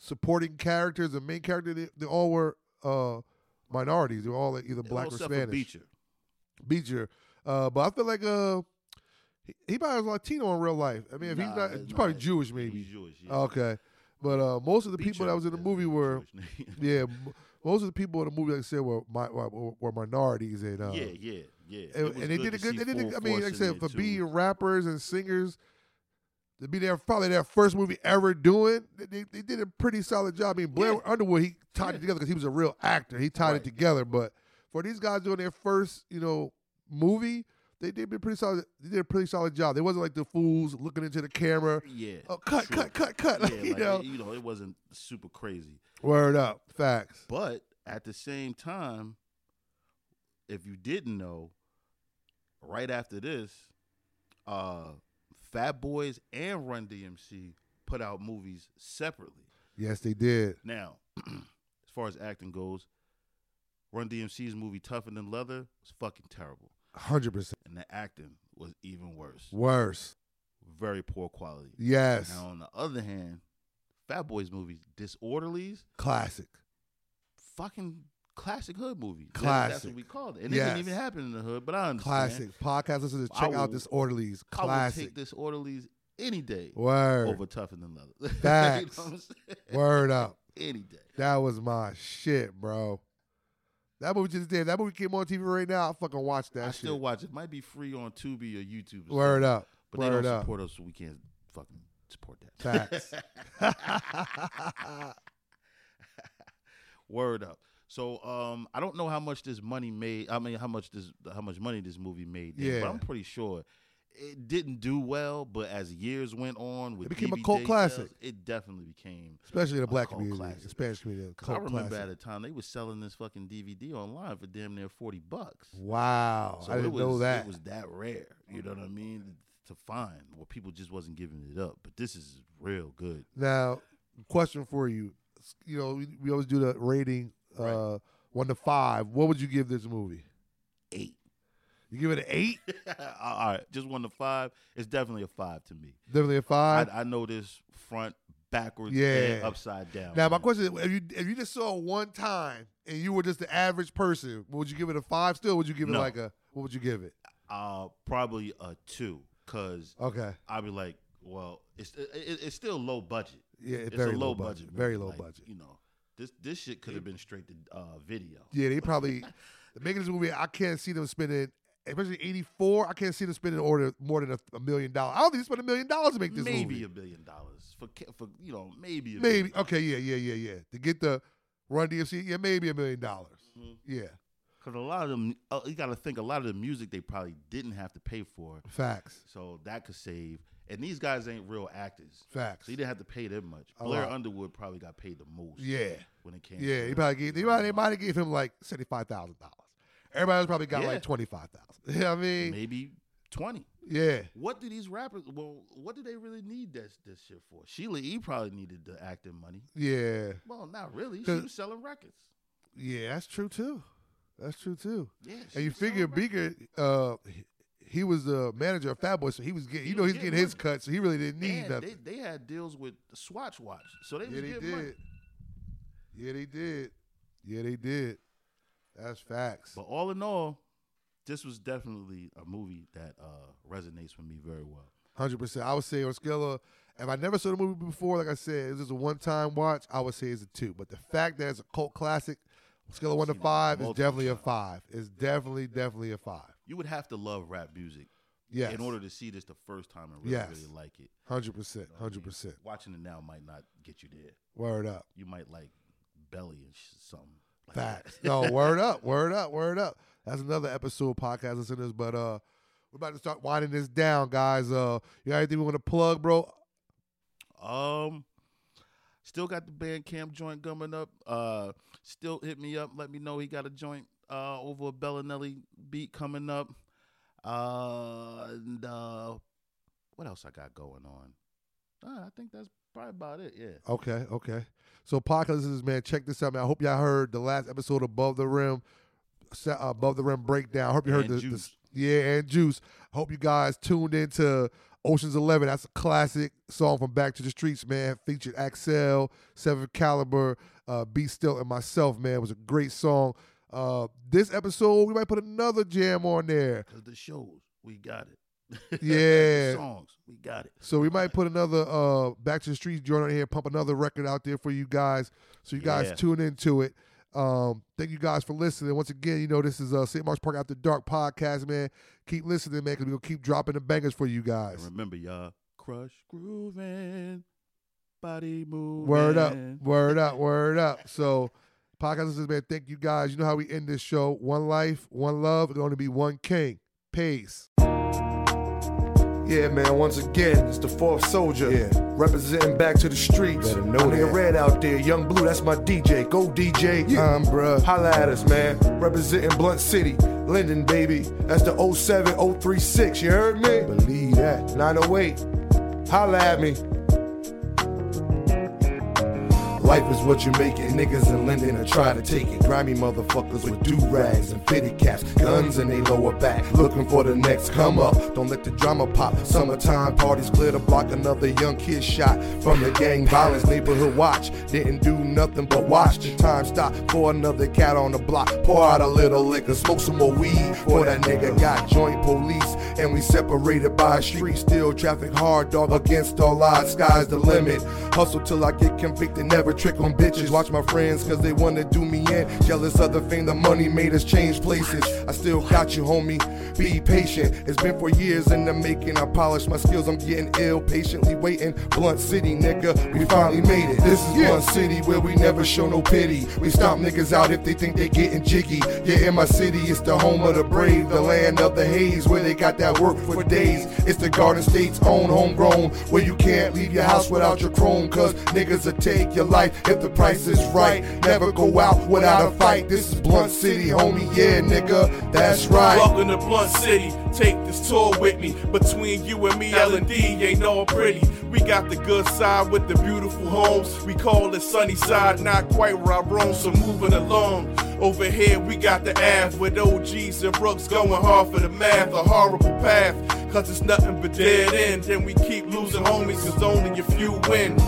Speaker 1: supporting characters and main character, they, they all were uh minorities. They were all like, either black
Speaker 2: All
Speaker 1: or
Speaker 2: except for
Speaker 1: Spanish.
Speaker 2: Beecher.
Speaker 1: Beecher. Uh, but I feel like uh, he, he probably was Latino in real life. I mean, if he's
Speaker 2: Nah,
Speaker 1: not,
Speaker 2: it's
Speaker 1: he's
Speaker 2: not.
Speaker 1: probably Jewish,
Speaker 2: He's
Speaker 1: maybe.
Speaker 2: Jewish. Yeah.
Speaker 1: Okay, but uh, most of the people
Speaker 2: Beecher
Speaker 1: that was in the
Speaker 2: is
Speaker 1: movie were
Speaker 2: Jewish name.
Speaker 1: yeah, m- most of the people in the movie like I said were my were, were minorities and uh,
Speaker 2: yeah, yeah, yeah. It
Speaker 1: and,
Speaker 2: was
Speaker 1: and they did
Speaker 2: to
Speaker 1: a good. They
Speaker 2: see
Speaker 1: did.
Speaker 2: full
Speaker 1: A, I mean, like
Speaker 2: force
Speaker 1: I
Speaker 2: in
Speaker 1: said,
Speaker 2: there,
Speaker 1: for
Speaker 2: too.
Speaker 1: being rappers and singers, to be their probably their first movie ever doing, they- they, they did a pretty solid job. I mean, Blair
Speaker 2: Yeah.
Speaker 1: Underwood he tied it
Speaker 2: Yeah.
Speaker 1: together because he was a real actor. He tied it
Speaker 2: Right.
Speaker 1: together. But for these guys doing their first, you know, movie, they did a pretty solid. They did a pretty solid job. They wasn't like the fools looking into the camera.
Speaker 2: yeah,
Speaker 1: Oh, cut,
Speaker 2: true.
Speaker 1: cut, cut, cut, Like,
Speaker 2: yeah,
Speaker 1: you
Speaker 2: like,
Speaker 1: know,
Speaker 2: it- you know, it wasn't super crazy.
Speaker 1: word up, facts.
Speaker 2: But at the same time, if you didn't know, right after this, uh, Fat Boys and Run DMC put out movies separately.
Speaker 1: Yes, they did.
Speaker 2: Now, as far as acting goes, Run DMC's movie Tougher Than Leather was fucking terrible,
Speaker 1: Hundred percent
Speaker 2: and the acting was even worse.
Speaker 1: worse.
Speaker 2: Very poor quality.
Speaker 1: Yes,
Speaker 2: Now, on the other hand, Fat Boys movies, Disorderlies,
Speaker 1: classic.
Speaker 2: fucking classic hood movie. That- That's
Speaker 1: Classic.
Speaker 2: what we called it. And
Speaker 1: Yes.
Speaker 2: it didn't even happen in the hood, but I
Speaker 1: Classic
Speaker 2: understand.
Speaker 1: podcast listeners,
Speaker 2: I
Speaker 1: check out
Speaker 2: will-
Speaker 1: Disorderlies.
Speaker 2: I would
Speaker 1: Classic.
Speaker 2: take Disorderlies any day
Speaker 1: Word.
Speaker 2: over Tougher Than Leather. You know
Speaker 1: Facts.
Speaker 2: what I'm saying?
Speaker 1: Word up.
Speaker 2: Any day.
Speaker 1: That was my shit, bro. That movie just did. That movie came on TV right now. I fucking watched that
Speaker 2: I
Speaker 1: shit.
Speaker 2: still watch it. Might be free on Tubi or YouTube. Or
Speaker 1: Word
Speaker 2: something,
Speaker 1: up.
Speaker 2: But
Speaker 1: Word
Speaker 2: they don't
Speaker 1: up.
Speaker 2: support us, so we can't fucking support that.
Speaker 1: Facts.
Speaker 2: Word up. So um, I don't know how much this money made. I mean, how much this how much money this movie made? Then,
Speaker 1: Yeah.
Speaker 2: but I'm pretty sure it didn't do well. But as years went on, with
Speaker 1: It became a
Speaker 2: DVD
Speaker 1: cult
Speaker 2: sales,
Speaker 1: classic.
Speaker 2: It definitely became.
Speaker 1: especially in the
Speaker 2: a
Speaker 1: black
Speaker 2: cult
Speaker 1: community,
Speaker 2: classic.
Speaker 1: Spanish community. a
Speaker 2: Cause I
Speaker 1: cult
Speaker 2: remember
Speaker 1: classic.
Speaker 2: at the time they were selling this fucking DVD online for damn near forty bucks.
Speaker 1: Wow, I didn't
Speaker 2: it was,
Speaker 1: know that.
Speaker 2: It was that rare. You know what I mean? To find where people just wasn't giving it up. But this is real good.
Speaker 1: Now, question for you. S- You know, we, we always do the rating uh, one to five. What would you give this movie?
Speaker 2: Eight.
Speaker 1: You give it an eight?
Speaker 2: All right, just one to five. It's definitely a five to me.
Speaker 1: Definitely a five.
Speaker 2: I, I know this front, backwards,
Speaker 1: Yeah.
Speaker 2: and upside down.
Speaker 1: now, my
Speaker 2: man.
Speaker 1: question is: if you if you just saw it one time and you were just the average person, would you give it a five? Still, would you give it
Speaker 2: No.
Speaker 1: like a? What would you give it?
Speaker 2: uh, probably a two, cause
Speaker 1: Okay,
Speaker 2: I'd be like, well, it's it, it- it's still low budget.
Speaker 1: yeah,
Speaker 2: It's
Speaker 1: very
Speaker 2: a low, budget.
Speaker 1: budget,
Speaker 2: movie.
Speaker 1: very low
Speaker 2: Like,
Speaker 1: budget.
Speaker 2: You know, this this shit could have been straight to uh, video.
Speaker 1: Yeah, they probably making this movie. I can't see them spending, especially '84. I can't see them spending order more than a, a million dollars. I don't think they spent a million dollars to make this
Speaker 2: maybe
Speaker 1: movie.
Speaker 2: a billion dollars for ca- for you know maybe a
Speaker 1: Maybe
Speaker 2: billion
Speaker 1: okay, yeah, yeah, yeah, yeah. To get the Run DMC, yeah, maybe a million dollars.
Speaker 2: Mhm.
Speaker 1: Yeah,
Speaker 2: Because a lot of them, uh, you got to think a lot of the music they probably didn't have to pay for,
Speaker 1: facts,
Speaker 2: so that could save. And these guys ain't real actors,
Speaker 1: facts.
Speaker 2: so you didn't have to pay them much.
Speaker 1: A
Speaker 2: Blair
Speaker 1: lot.
Speaker 2: Underwood probably got paid the most.
Speaker 1: Yeah,
Speaker 2: when it came.
Speaker 1: yeah.
Speaker 2: to
Speaker 1: He
Speaker 2: that.
Speaker 1: probably gave, they might they might have gave him like seventy five thousand dollars. Everybody else probably got
Speaker 2: Yeah.
Speaker 1: like twenty five thousand. You know what I mean?
Speaker 2: maybe twenty.
Speaker 1: Yeah,
Speaker 2: What do these rappers? Well, what do they really need this this shit for? Sheila E. probably needed the acting money.
Speaker 1: yeah,
Speaker 2: Well, not really. She
Speaker 1: Cause-
Speaker 2: was selling records.
Speaker 1: yeah. That's true too. That's true too.
Speaker 2: Yeah, she
Speaker 1: And you
Speaker 2: was selling
Speaker 1: figure
Speaker 2: records.
Speaker 1: Beaker, uh, he- he was the manager of Fat Boy, so he was getting,
Speaker 2: He
Speaker 1: you know,
Speaker 2: was
Speaker 1: he's
Speaker 2: getting
Speaker 1: getting his
Speaker 2: money.
Speaker 1: cut, so he really didn't need
Speaker 2: and they,
Speaker 1: nothing.
Speaker 2: they had deals with Swatch Watch, so they
Speaker 1: yeah,
Speaker 2: was
Speaker 1: they
Speaker 2: getting
Speaker 1: did.
Speaker 2: money.
Speaker 1: Yeah, they did. Yeah, they did. That's facts.
Speaker 2: But all in all, this was definitely a movie that uh, resonates with me very well.
Speaker 1: Hundred percent. I would say on a scale of, if I never saw the movie before, like I said, it was just a one-time watch. I would say it's a two. But the fact that it's a cult classic, scale of one to
Speaker 2: Seen it
Speaker 1: five, is
Speaker 2: multiple
Speaker 1: definitely a
Speaker 2: times.
Speaker 1: five. It's definitely, definitely a five.
Speaker 2: You would have to love rap music
Speaker 1: Yes.
Speaker 2: in order to see this the first time and really,
Speaker 1: Yes.
Speaker 2: really like it.
Speaker 1: Hundred percent.
Speaker 2: You know what I mean?
Speaker 1: Hundred percent.
Speaker 2: Watching it now might not get you there.
Speaker 1: Word up.
Speaker 2: You might like Belly and sh- something. Like
Speaker 1: Facts.
Speaker 2: that.
Speaker 1: No, word up, word up, word up. That's another episode, podcast listeners. But uh, we're about to start winding this down, guys. Uh, you got anything we want to plug, bro?
Speaker 2: Um, still got the band camp joint coming up. Uh, still hit me up. Let me know he got a joint uh, over a Bellinelli beat coming up. Uh, and uh, what else I got going on? Uh, I think that's probably about it. Yeah.
Speaker 1: Okay, okay. So podcast listeners, man, check this out, man. I hope y'all heard the last episode above the rim, sa- uh, above the rim breakdown. I hope you heard
Speaker 2: And
Speaker 1: the, the-
Speaker 2: Juice.
Speaker 1: yeah and juice. I hope you guys tuned into Ocean's Eleven. That's a classic song from Back to the Streets, man. Featured Axel, Seven Caliber, uh, Be Still, and myself, man. It was a great song. Uh, this episode, we might put another jam on there.
Speaker 2: Cause the shows we got it.
Speaker 1: Yeah.
Speaker 2: songs we got it.
Speaker 1: So we might put another uh Back to the Streets joint on here, pump another record out there for you guys. So you guys
Speaker 2: Yeah.
Speaker 1: tune into it. Um, thank you guys for listening. Once again, you know, this is uh St. Mark's Park After Dark podcast, man. Keep listening, man, because we're gonna keep dropping the bangers for you
Speaker 2: And
Speaker 1: guys.
Speaker 2: remember, y'all, crush grooving, body moving.
Speaker 1: Word up, word up, word up. So podcast listeners, man, thank you guys. You know how we end this show. One life, one love, it'll only be one king. Peace.
Speaker 3: Yeah, man, once again, it's the fourth soldier.
Speaker 1: Yeah.
Speaker 3: Representing back to the streets.
Speaker 1: Better know
Speaker 3: My nigga
Speaker 1: that.
Speaker 3: Red out there, Young Blue, that's my DJ. Go DJ.
Speaker 1: Um, bruh.
Speaker 3: Holla at us, man. Representing Blunt City, Linden, baby. That's the 07036, you heard me? Believe that. 908. Holla at me. Life is what you make it. Niggas in Linden are try to take it. Grimy motherfuckers with do rags and fitted caps, guns in they lower back, looking for the next come up. Don't let the drama pop. Summertime parties clear the block. Another young kid shot from the gang violence neighborhood watch. Didn't do nothing but watch the time stop for another cat on the block. Pour out a little liquor, smoke some more weed. For that nigga got joint police, and we separated by a street. Still traffic hard dog against all odds. Sky's the limit. Hustle till I get convicted, never
Speaker 1: a trick on bitches. Watch my friends, cause they wanna do me in. Jealous of the fame, the money made us change places. I still got you, homie. Be patient. It's been for years in the making. I polished my skills, I'm getting ill. Patiently waiting. Blunt City, nigga, we finally made it. This is
Speaker 4: Yeah.
Speaker 1: Blunt City where we never show no pity. We stomp niggas out if they think they getting jiggy. Yeah, in my city, it's the home of the brave, the land of the haze, where they got that work for days. It's the Garden State's own homegrown, where you can't leave your house without your chrome, cause niggas will take your life if the price is right. Never go out without a fight. This is Blunt City, homie, yeah, nigga, that's right.
Speaker 5: Welcome to Blunt City. Take this tour with me. Between you and me, L and D ain't no pretty. We got the good side with the beautiful homes. We call it sunny side, not quite where I roam, so moving along. Over here, we got the Ave with OGs and Brooks going hard for the math. A horrible path, cause it's nothing but dead end. And we keep losing homies, cause only a few win.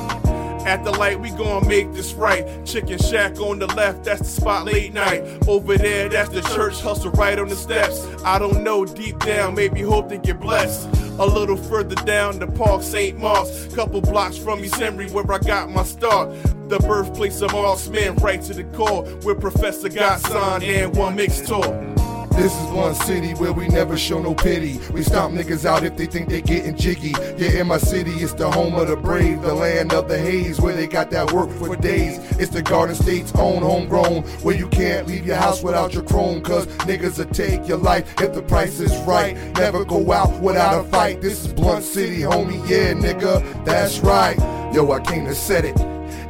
Speaker 5: At the light, we gon' make this right. Chicken shack on the left, that's the spot late night. Over there, that's the church hustle right on the steps. I don't know deep down, maybe hope to get blessed. A little further down the park, St. Mark's, couple blocks from East Henry, where I got my start. The birthplace of all men, right to the core, where Professor got signed and one mixed tour.
Speaker 1: This is one city where we never show no pity. We stomp niggas out if they think they getting jiggy. Yeah, in my city, it's the home of the brave, the land of the haze, where they got that work for days. It's the Garden State's own homegrown, where you can't leave your house without your chrome, cause niggas will take your life if the price is right. Never go out without a fight. This is Blunt City, homie, yeah, nigga, that's right. Yo, I came to set it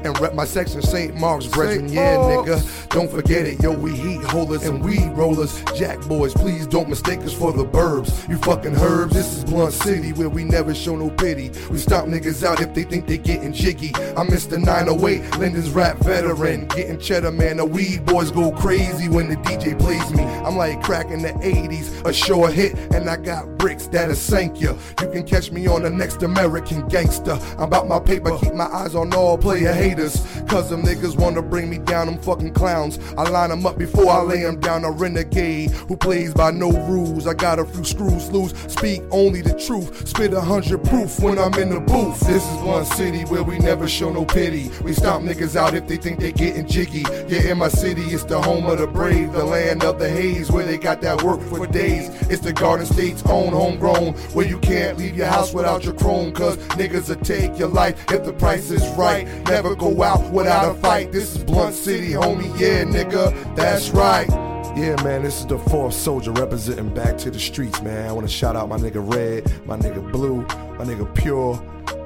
Speaker 1: and rep my section St. Mark's brethren. Yeah, nigga, don't forget it. Yo, we heat holders and weed rollers. Jack boys, please don't mistake us for the burbs. You fucking herbs, this is Blunt City where we never show no pity. We stop niggas out if they think they getting jiggy. I'm Mr. 908, Linden's rap veteran. Getting cheddar, man. The weed boys go crazy when the DJ plays me. I'm like crack in the 80s, a sure hit, and I got bricks that'll sank you. You can catch me on the next American gangster. I'm about my paper, keep my eyes on all player haters. Cause them niggas wanna bring me down, them fucking clowns. I line them up before I lay them down. A renegade who plays by no rules. I got a few screws loose, speak only the truth. Spit a hundred proof when I'm in the booth. This is one city where we never show no pity. We stomp niggas out if they think they getting jiggy. Yeah, in my city, it's the home of the brave, the land of the haze, where they got that work for days. It's the Garden State's own homegrown, where you can't leave your house without your chrome, cause niggas will take your life if the price is right. Never go out without a fight. This is Blunt City, homie, yeah, nigga, that's right. Yeah, man, this is the fourth soldier representing back to the streets, man. I wanna shout out my nigga Red, my nigga Blue, my nigga Pure.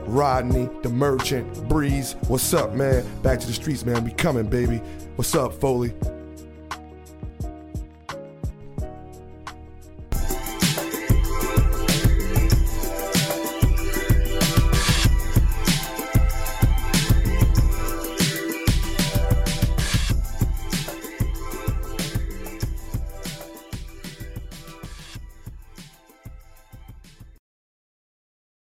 Speaker 1: Rodney, the merchant, Breeze. What's up, man? Back to the streets, man. We coming, baby. What's up, Foley?